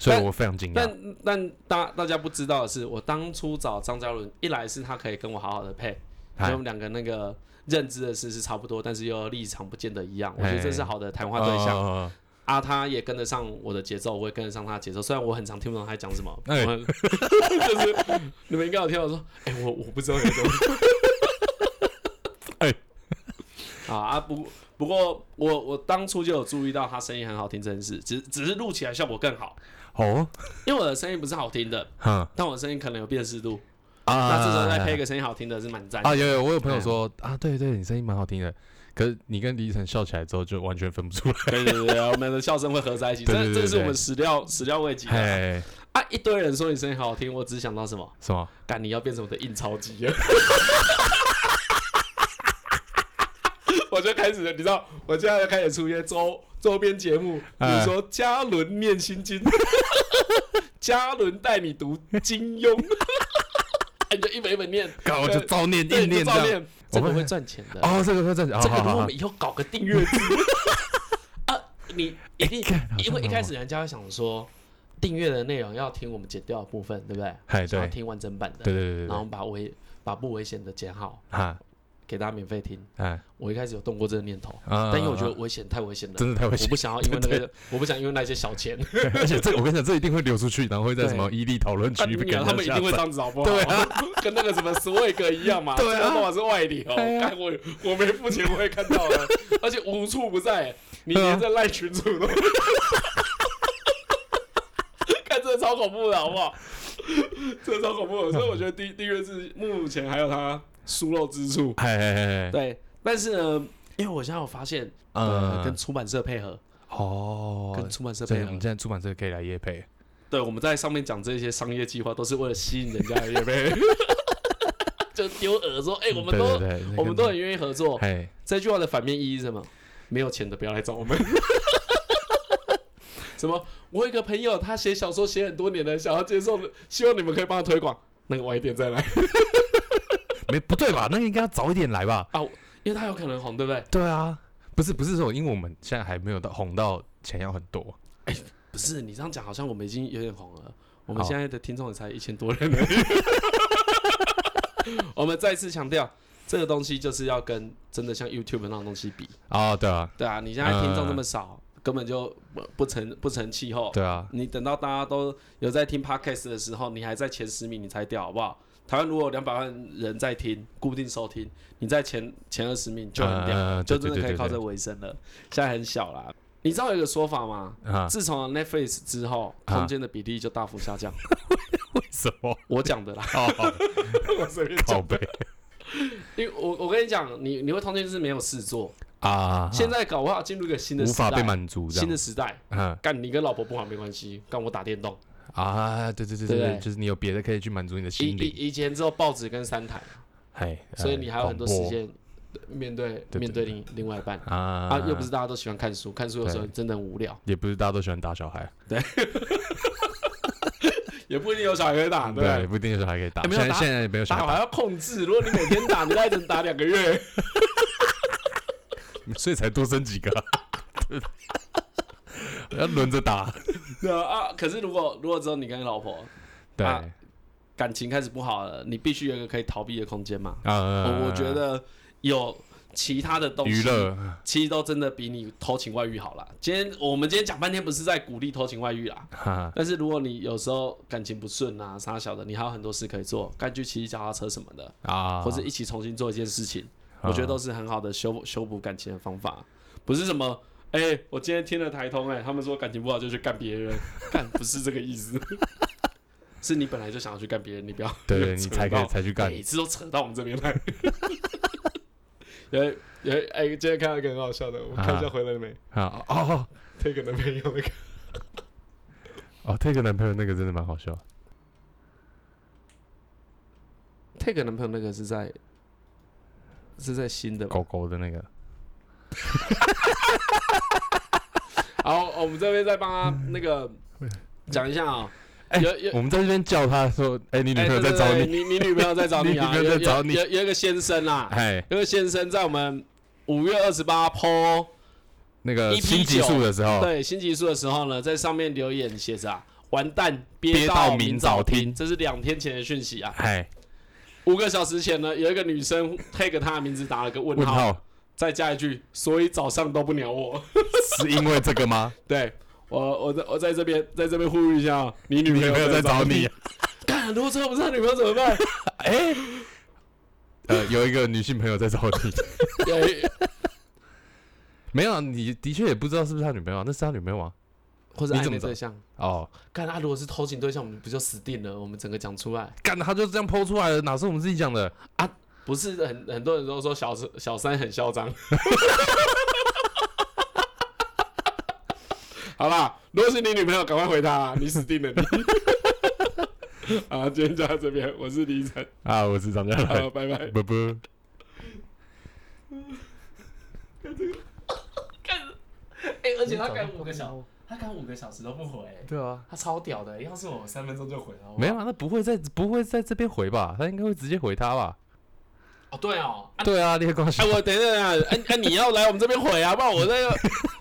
S2: 所以
S1: 但
S2: 我非常惊讶。
S1: 但但大大家不知道的是，我当初找张嘉伦，一来是他可以跟我好好的配，因为
S2: 嗨
S1: 我们两个那个认知的事是差不多，但是又立场不见得一样，我觉得这是
S2: 哎
S1: 好的谈话对象
S2: 哦
S1: 啊。他也跟得上我的节奏，我也跟得上他的节奏，虽然我很常听不懂他在讲什么，我
S2: 哎
S1: 很 (laughs) 就是你们应该有听我说，哎，我我不知道有什么，
S2: (laughs) 哎，
S1: (laughs) 啊啊不。不过我我当初就有注意到他声音很好听这件事，只只是录起来效果更好，
S2: 哦， (laughs)
S1: 因为我的声音不是好听的，
S2: 哼啊，
S1: 但我的声音可能有辨识度，那
S2: 那
S1: 这时候再配一个嗯声音好听的是蛮赞的
S2: 啊啊，有有，我有朋友说啊，对对，你声音蛮好听的，可是你跟李依晨笑起来之后就完全分不出来。
S1: 对对对，对我们的笑声会合在一起，
S2: (laughs) 对对
S1: 这
S2: 对
S1: 这
S2: 对
S1: 是我们始料始料未及的
S2: (laughs) 哎，
S1: 啊！一堆人说你声音好好听，我只想到什么，
S2: 什么？ (laughs)
S1: 干你要变成我的印钞机了，我就开始了，你知道，我现在开始出一些周周边节目，比如说
S2: 嗯
S1: 嘉伦念心经， (laughs) 嘉伦带你读金庸， (laughs) 你就一本一本念，
S2: 搞我就照念
S1: 对，
S2: 硬
S1: 你就
S2: 念这
S1: 照
S2: 样。
S1: 念，这
S2: 我
S1: 个
S2: 会
S1: 会赚钱的。
S2: 哦，这个会这样，
S1: 这个如
S2: 好好
S1: 果我
S2: 好
S1: 们以后搞个订阅
S2: (laughs)
S1: 制啊，你一定
S2: 哎干好像
S1: 因为一
S2: 很
S1: 开
S2: 好
S1: 始人家会想说，订阅的内容要听我们剪掉的部分，对不对？
S2: 嗨
S1: 想要
S2: 对
S1: 听完整版的，
S2: 对对对对
S1: 然后我
S2: 对，
S1: 们把危把不危险的剪好，
S2: 哈，
S1: 给大家免费听。
S2: 哎，
S1: 我一开始有动过这个念头，
S2: 啊
S1: 但因为我觉得
S2: 啊
S1: 危险太危险了，
S2: 真的太危
S1: 我
S2: 险
S1: 不，想要因为那个，我不想因为那些小钱，
S2: (laughs) 而且这个我跟你讲，这一定会流出去，然后会在
S1: 对
S2: 什么伊利讨论区
S1: 干你
S2: 被
S1: 娘 (laughs)
S2: 跟
S1: 他们一定会这
S2: 上。
S1: 样子，好不好？
S2: 对
S1: (laughs) 跟那个什么 Swag 一 (laughs) 样嘛，
S2: 对啊
S1: 这个都嘛是外流。
S2: 哎
S1: (laughs)
S2: 呀
S1: 看我我没付钱我也看到了，而且无处不在，你
S2: 对啊
S1: 连在赖群主都， (laughs) 看这超恐怖的好不 (laughs) 好？这超恐怖的，所以我觉得订订阅制目前还有它疏漏之处。
S2: 哎哎哎哎，
S1: 对，但是呢，因为我现在有发现，呃，跟
S2: 嗯，
S1: 出版社配合，
S2: 哦
S1: 跟，出版社
S2: 所以
S1: 配
S2: 我
S1: 合
S2: 们现，在出版社可以来夜配，
S1: 对，我们在上面讲这些商业计划，都是为了吸引人家的业
S2: (laughs)
S1: 配，就丢饵说，哎、我们
S2: 对
S1: 都
S2: 嗯对对那个
S1: 我们都很愿意合作。
S2: 哎，
S1: 这句话的反面意义是什么？没有钱的不要来找我们。 (laughs) 什么？我有一个朋友，他写小说写很多年了，想要接受，希望你们可以帮他推广。那个晚一点再来
S2: 没不对吧？那应该要早一点来吧？
S1: 啊，因为他有可能红，对不对？
S2: 对啊，不是不是说，因为我们现在还没有到红到钱要很多，
S1: 不是你这样讲，好像我们已经有点红了。我们
S2: 好
S1: 现在的听众也才一千多人而已。 (laughs) 我们再次强调，这个东西就是要跟真的像 YouTube 那种东西比。
S2: 哦，对啊，
S1: 对啊，你现在听众那么少，根本就不不成不成气候。
S2: 呃对
S1: (laughs)
S2: 啊，
S1: 你等到大家都有在听 podcast 的时候，你还在前十名，你才屌好不好？台湾如果两百万人在听，固定收听，你在前前二十名就很屌，
S2: 嗯嗯嗯
S1: 就
S2: 对
S1: 真的可以靠这为生了。现在很小啦，你知道有一个说法吗？
S2: 啊，
S1: 自从 Netflix 之后，
S2: 啊
S1: 空间的比例就大幅下降。
S2: 为什么？
S1: 我讲
S2: (laughs)
S1: 的啦，
S2: 哦，
S1: 我随便
S2: 靠背
S1: 因为我我跟你讲，你你会空间就是没有事做，
S2: 啊，
S1: 现在搞不好进入一个新的
S2: 无
S1: 时
S2: 法被
S1: 代，
S2: 满足这
S1: 新
S2: 样
S1: 的，时代。
S2: 嗯
S1: 干你跟老婆不好没关系，干我打电动。
S2: 啊，对对对
S1: 对不
S2: 对，
S1: 对
S2: 就是你有别的可以去满足你的
S1: 以
S2: 心
S1: 以
S2: 灵，
S1: 以前只有报纸跟三台，
S2: 哎，
S1: 所以你还有
S2: 广
S1: 很多时
S2: 播
S1: 间面对
S2: 对
S1: 面对另另外一半
S2: 啊
S1: 啊，又不是大家都喜欢看书，看书有时候
S2: 对
S1: 真的很无聊，
S2: 也不是大家都喜欢打小孩，
S1: 也不一定有小孩可以打，对不 (laughs)
S2: 对，
S1: 对？
S2: 不一定有小孩可以打。
S1: 哎没
S2: 现
S1: 有
S2: 在
S1: 打
S2: 现在也没有小
S1: 打
S2: 孩
S1: 还要控制，如果你每天打，你大概只能打两个月。
S2: 打，所以才多生几个啊，要轮着打。
S1: 对啊，啊可是如果如果只有你跟你老婆
S2: 对，
S1: 啊感情开始不好了，你必须有一个可以逃避的空间嘛。
S2: 呃
S1: 我我觉得有其他的东西
S2: 娱乐
S1: 其实都真的比你偷情外遇好啦。今天我们今天讲半天不是在鼓励偷情外遇啦，
S2: (laughs) 哈
S1: 但是如果你有时候感情不顺啊，啥小的，你还有很多事可以做，该去骑脚踏车什么的，
S2: 啊，
S1: 或者一起重新做一件事情，我觉得都是很好的修补修补感情的方法，不是什么。哎、我今天听了台通、哎，他们说感情不好就去干别人， (laughs) 干不是这个意
S2: (laughs)
S1: 思，是你本来就想要去干别人，你不要
S2: 对
S1: 又 (laughs)
S2: 对，你
S1: 扯
S2: 才可
S1: 到
S2: 以才去干
S1: 每次都扯到我们这边
S2: (laughs)
S1: 来。有有哎、今天看到一个很好笑的，我看一下回来了没
S2: 啊哦哦
S1: ？Take 男朋友那个，
S2: 哦，take 男朋友那个真的蛮好笑，
S1: Take 男朋友那个是在是在新的吧？
S2: 狗狗的那个
S1: 好，我们这边再帮他那个讲一下啊、
S2: 哎
S1: 有有
S2: 我们在这边叫他说，哎，你女朋友在找
S1: 哎对对
S2: 你，
S1: 对你，你女朋友在找你啊，
S2: (laughs) 你女朋友在找你
S1: 有有有有一个先生啦，
S2: 哎，
S1: 有一个先生在我们五月二十八 PO
S2: 那个
S1: EP
S2: 新集数的时候，
S1: 对新集数的时候呢，在上面留言写着啊，完蛋，
S2: 憋到
S1: 到
S2: 明
S1: 明
S2: 早
S1: 早
S2: 听
S1: 这是两天前的讯息啊。
S2: 哎，
S1: 五个小时前呢，有一个女生 tag 她的名字打了个问
S2: 问
S1: 号，
S2: 号
S1: 再加一句，所以早上都不鸟我。
S2: 是因为这个吗？
S1: 对我，我在我在这边在这边呼吁一下啊，你女朋
S2: 你女
S1: 友
S2: 朋友在找你，。
S1: 干，啊如果最后不是他女朋友怎么办？
S2: 哎， (laughs) 呃，有一个女性朋友在找你，
S1: (laughs)
S2: (laughs)
S1: 对，
S2: 没有啊，你的确也不知道是不是他女朋友啊，那是他女朋友啊。
S1: 或者
S2: 你
S1: 暧
S2: 怎么
S1: 昧
S2: 找
S1: 对象。
S2: 哦，
S1: 干，他如果是偷情对象，我们不就死定了？我们整个讲出来，
S2: 干，他就这样剖出来了，哪是我们自己讲的？啊
S1: 不是很很多人都说小小三很嚣张。 (laughs) 好啦，如果是你女朋友，赶快回她啊，你死定了你。 (laughs) 好，今天就到这边，我是李晨，
S2: 啊
S1: (laughs)
S2: 啊，我是张家来
S1: 好，，拜拜。
S2: 不不。
S1: 干，哎、而且他改五个小时，他改五个小时都不回、
S2: 对啊，
S1: 他超屌的、要是我三分钟就回了，
S2: 没有啊，那不会在不会在这边回吧？他应该会直接回他吧？
S1: 哦，对哦，啊
S2: 对啊，你也光
S1: 哎、我等一下，哎、哎、你要来我们这边回啊，不然我 (laughs) 在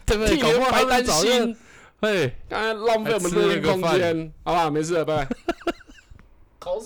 S2: 对不
S1: 替
S2: 对？
S1: 你
S2: 哎搞不
S1: 们
S2: 好
S1: 白
S2: 他
S1: 担
S2: 们早就哎
S1: 心，
S2: 嘿。
S1: 刚才浪费我们
S2: 还吃
S1: 录
S2: 了
S1: 音
S2: 个
S1: 空
S2: 饭
S1: (laughs) 间，好吧，没事了，拜拜。搞什么？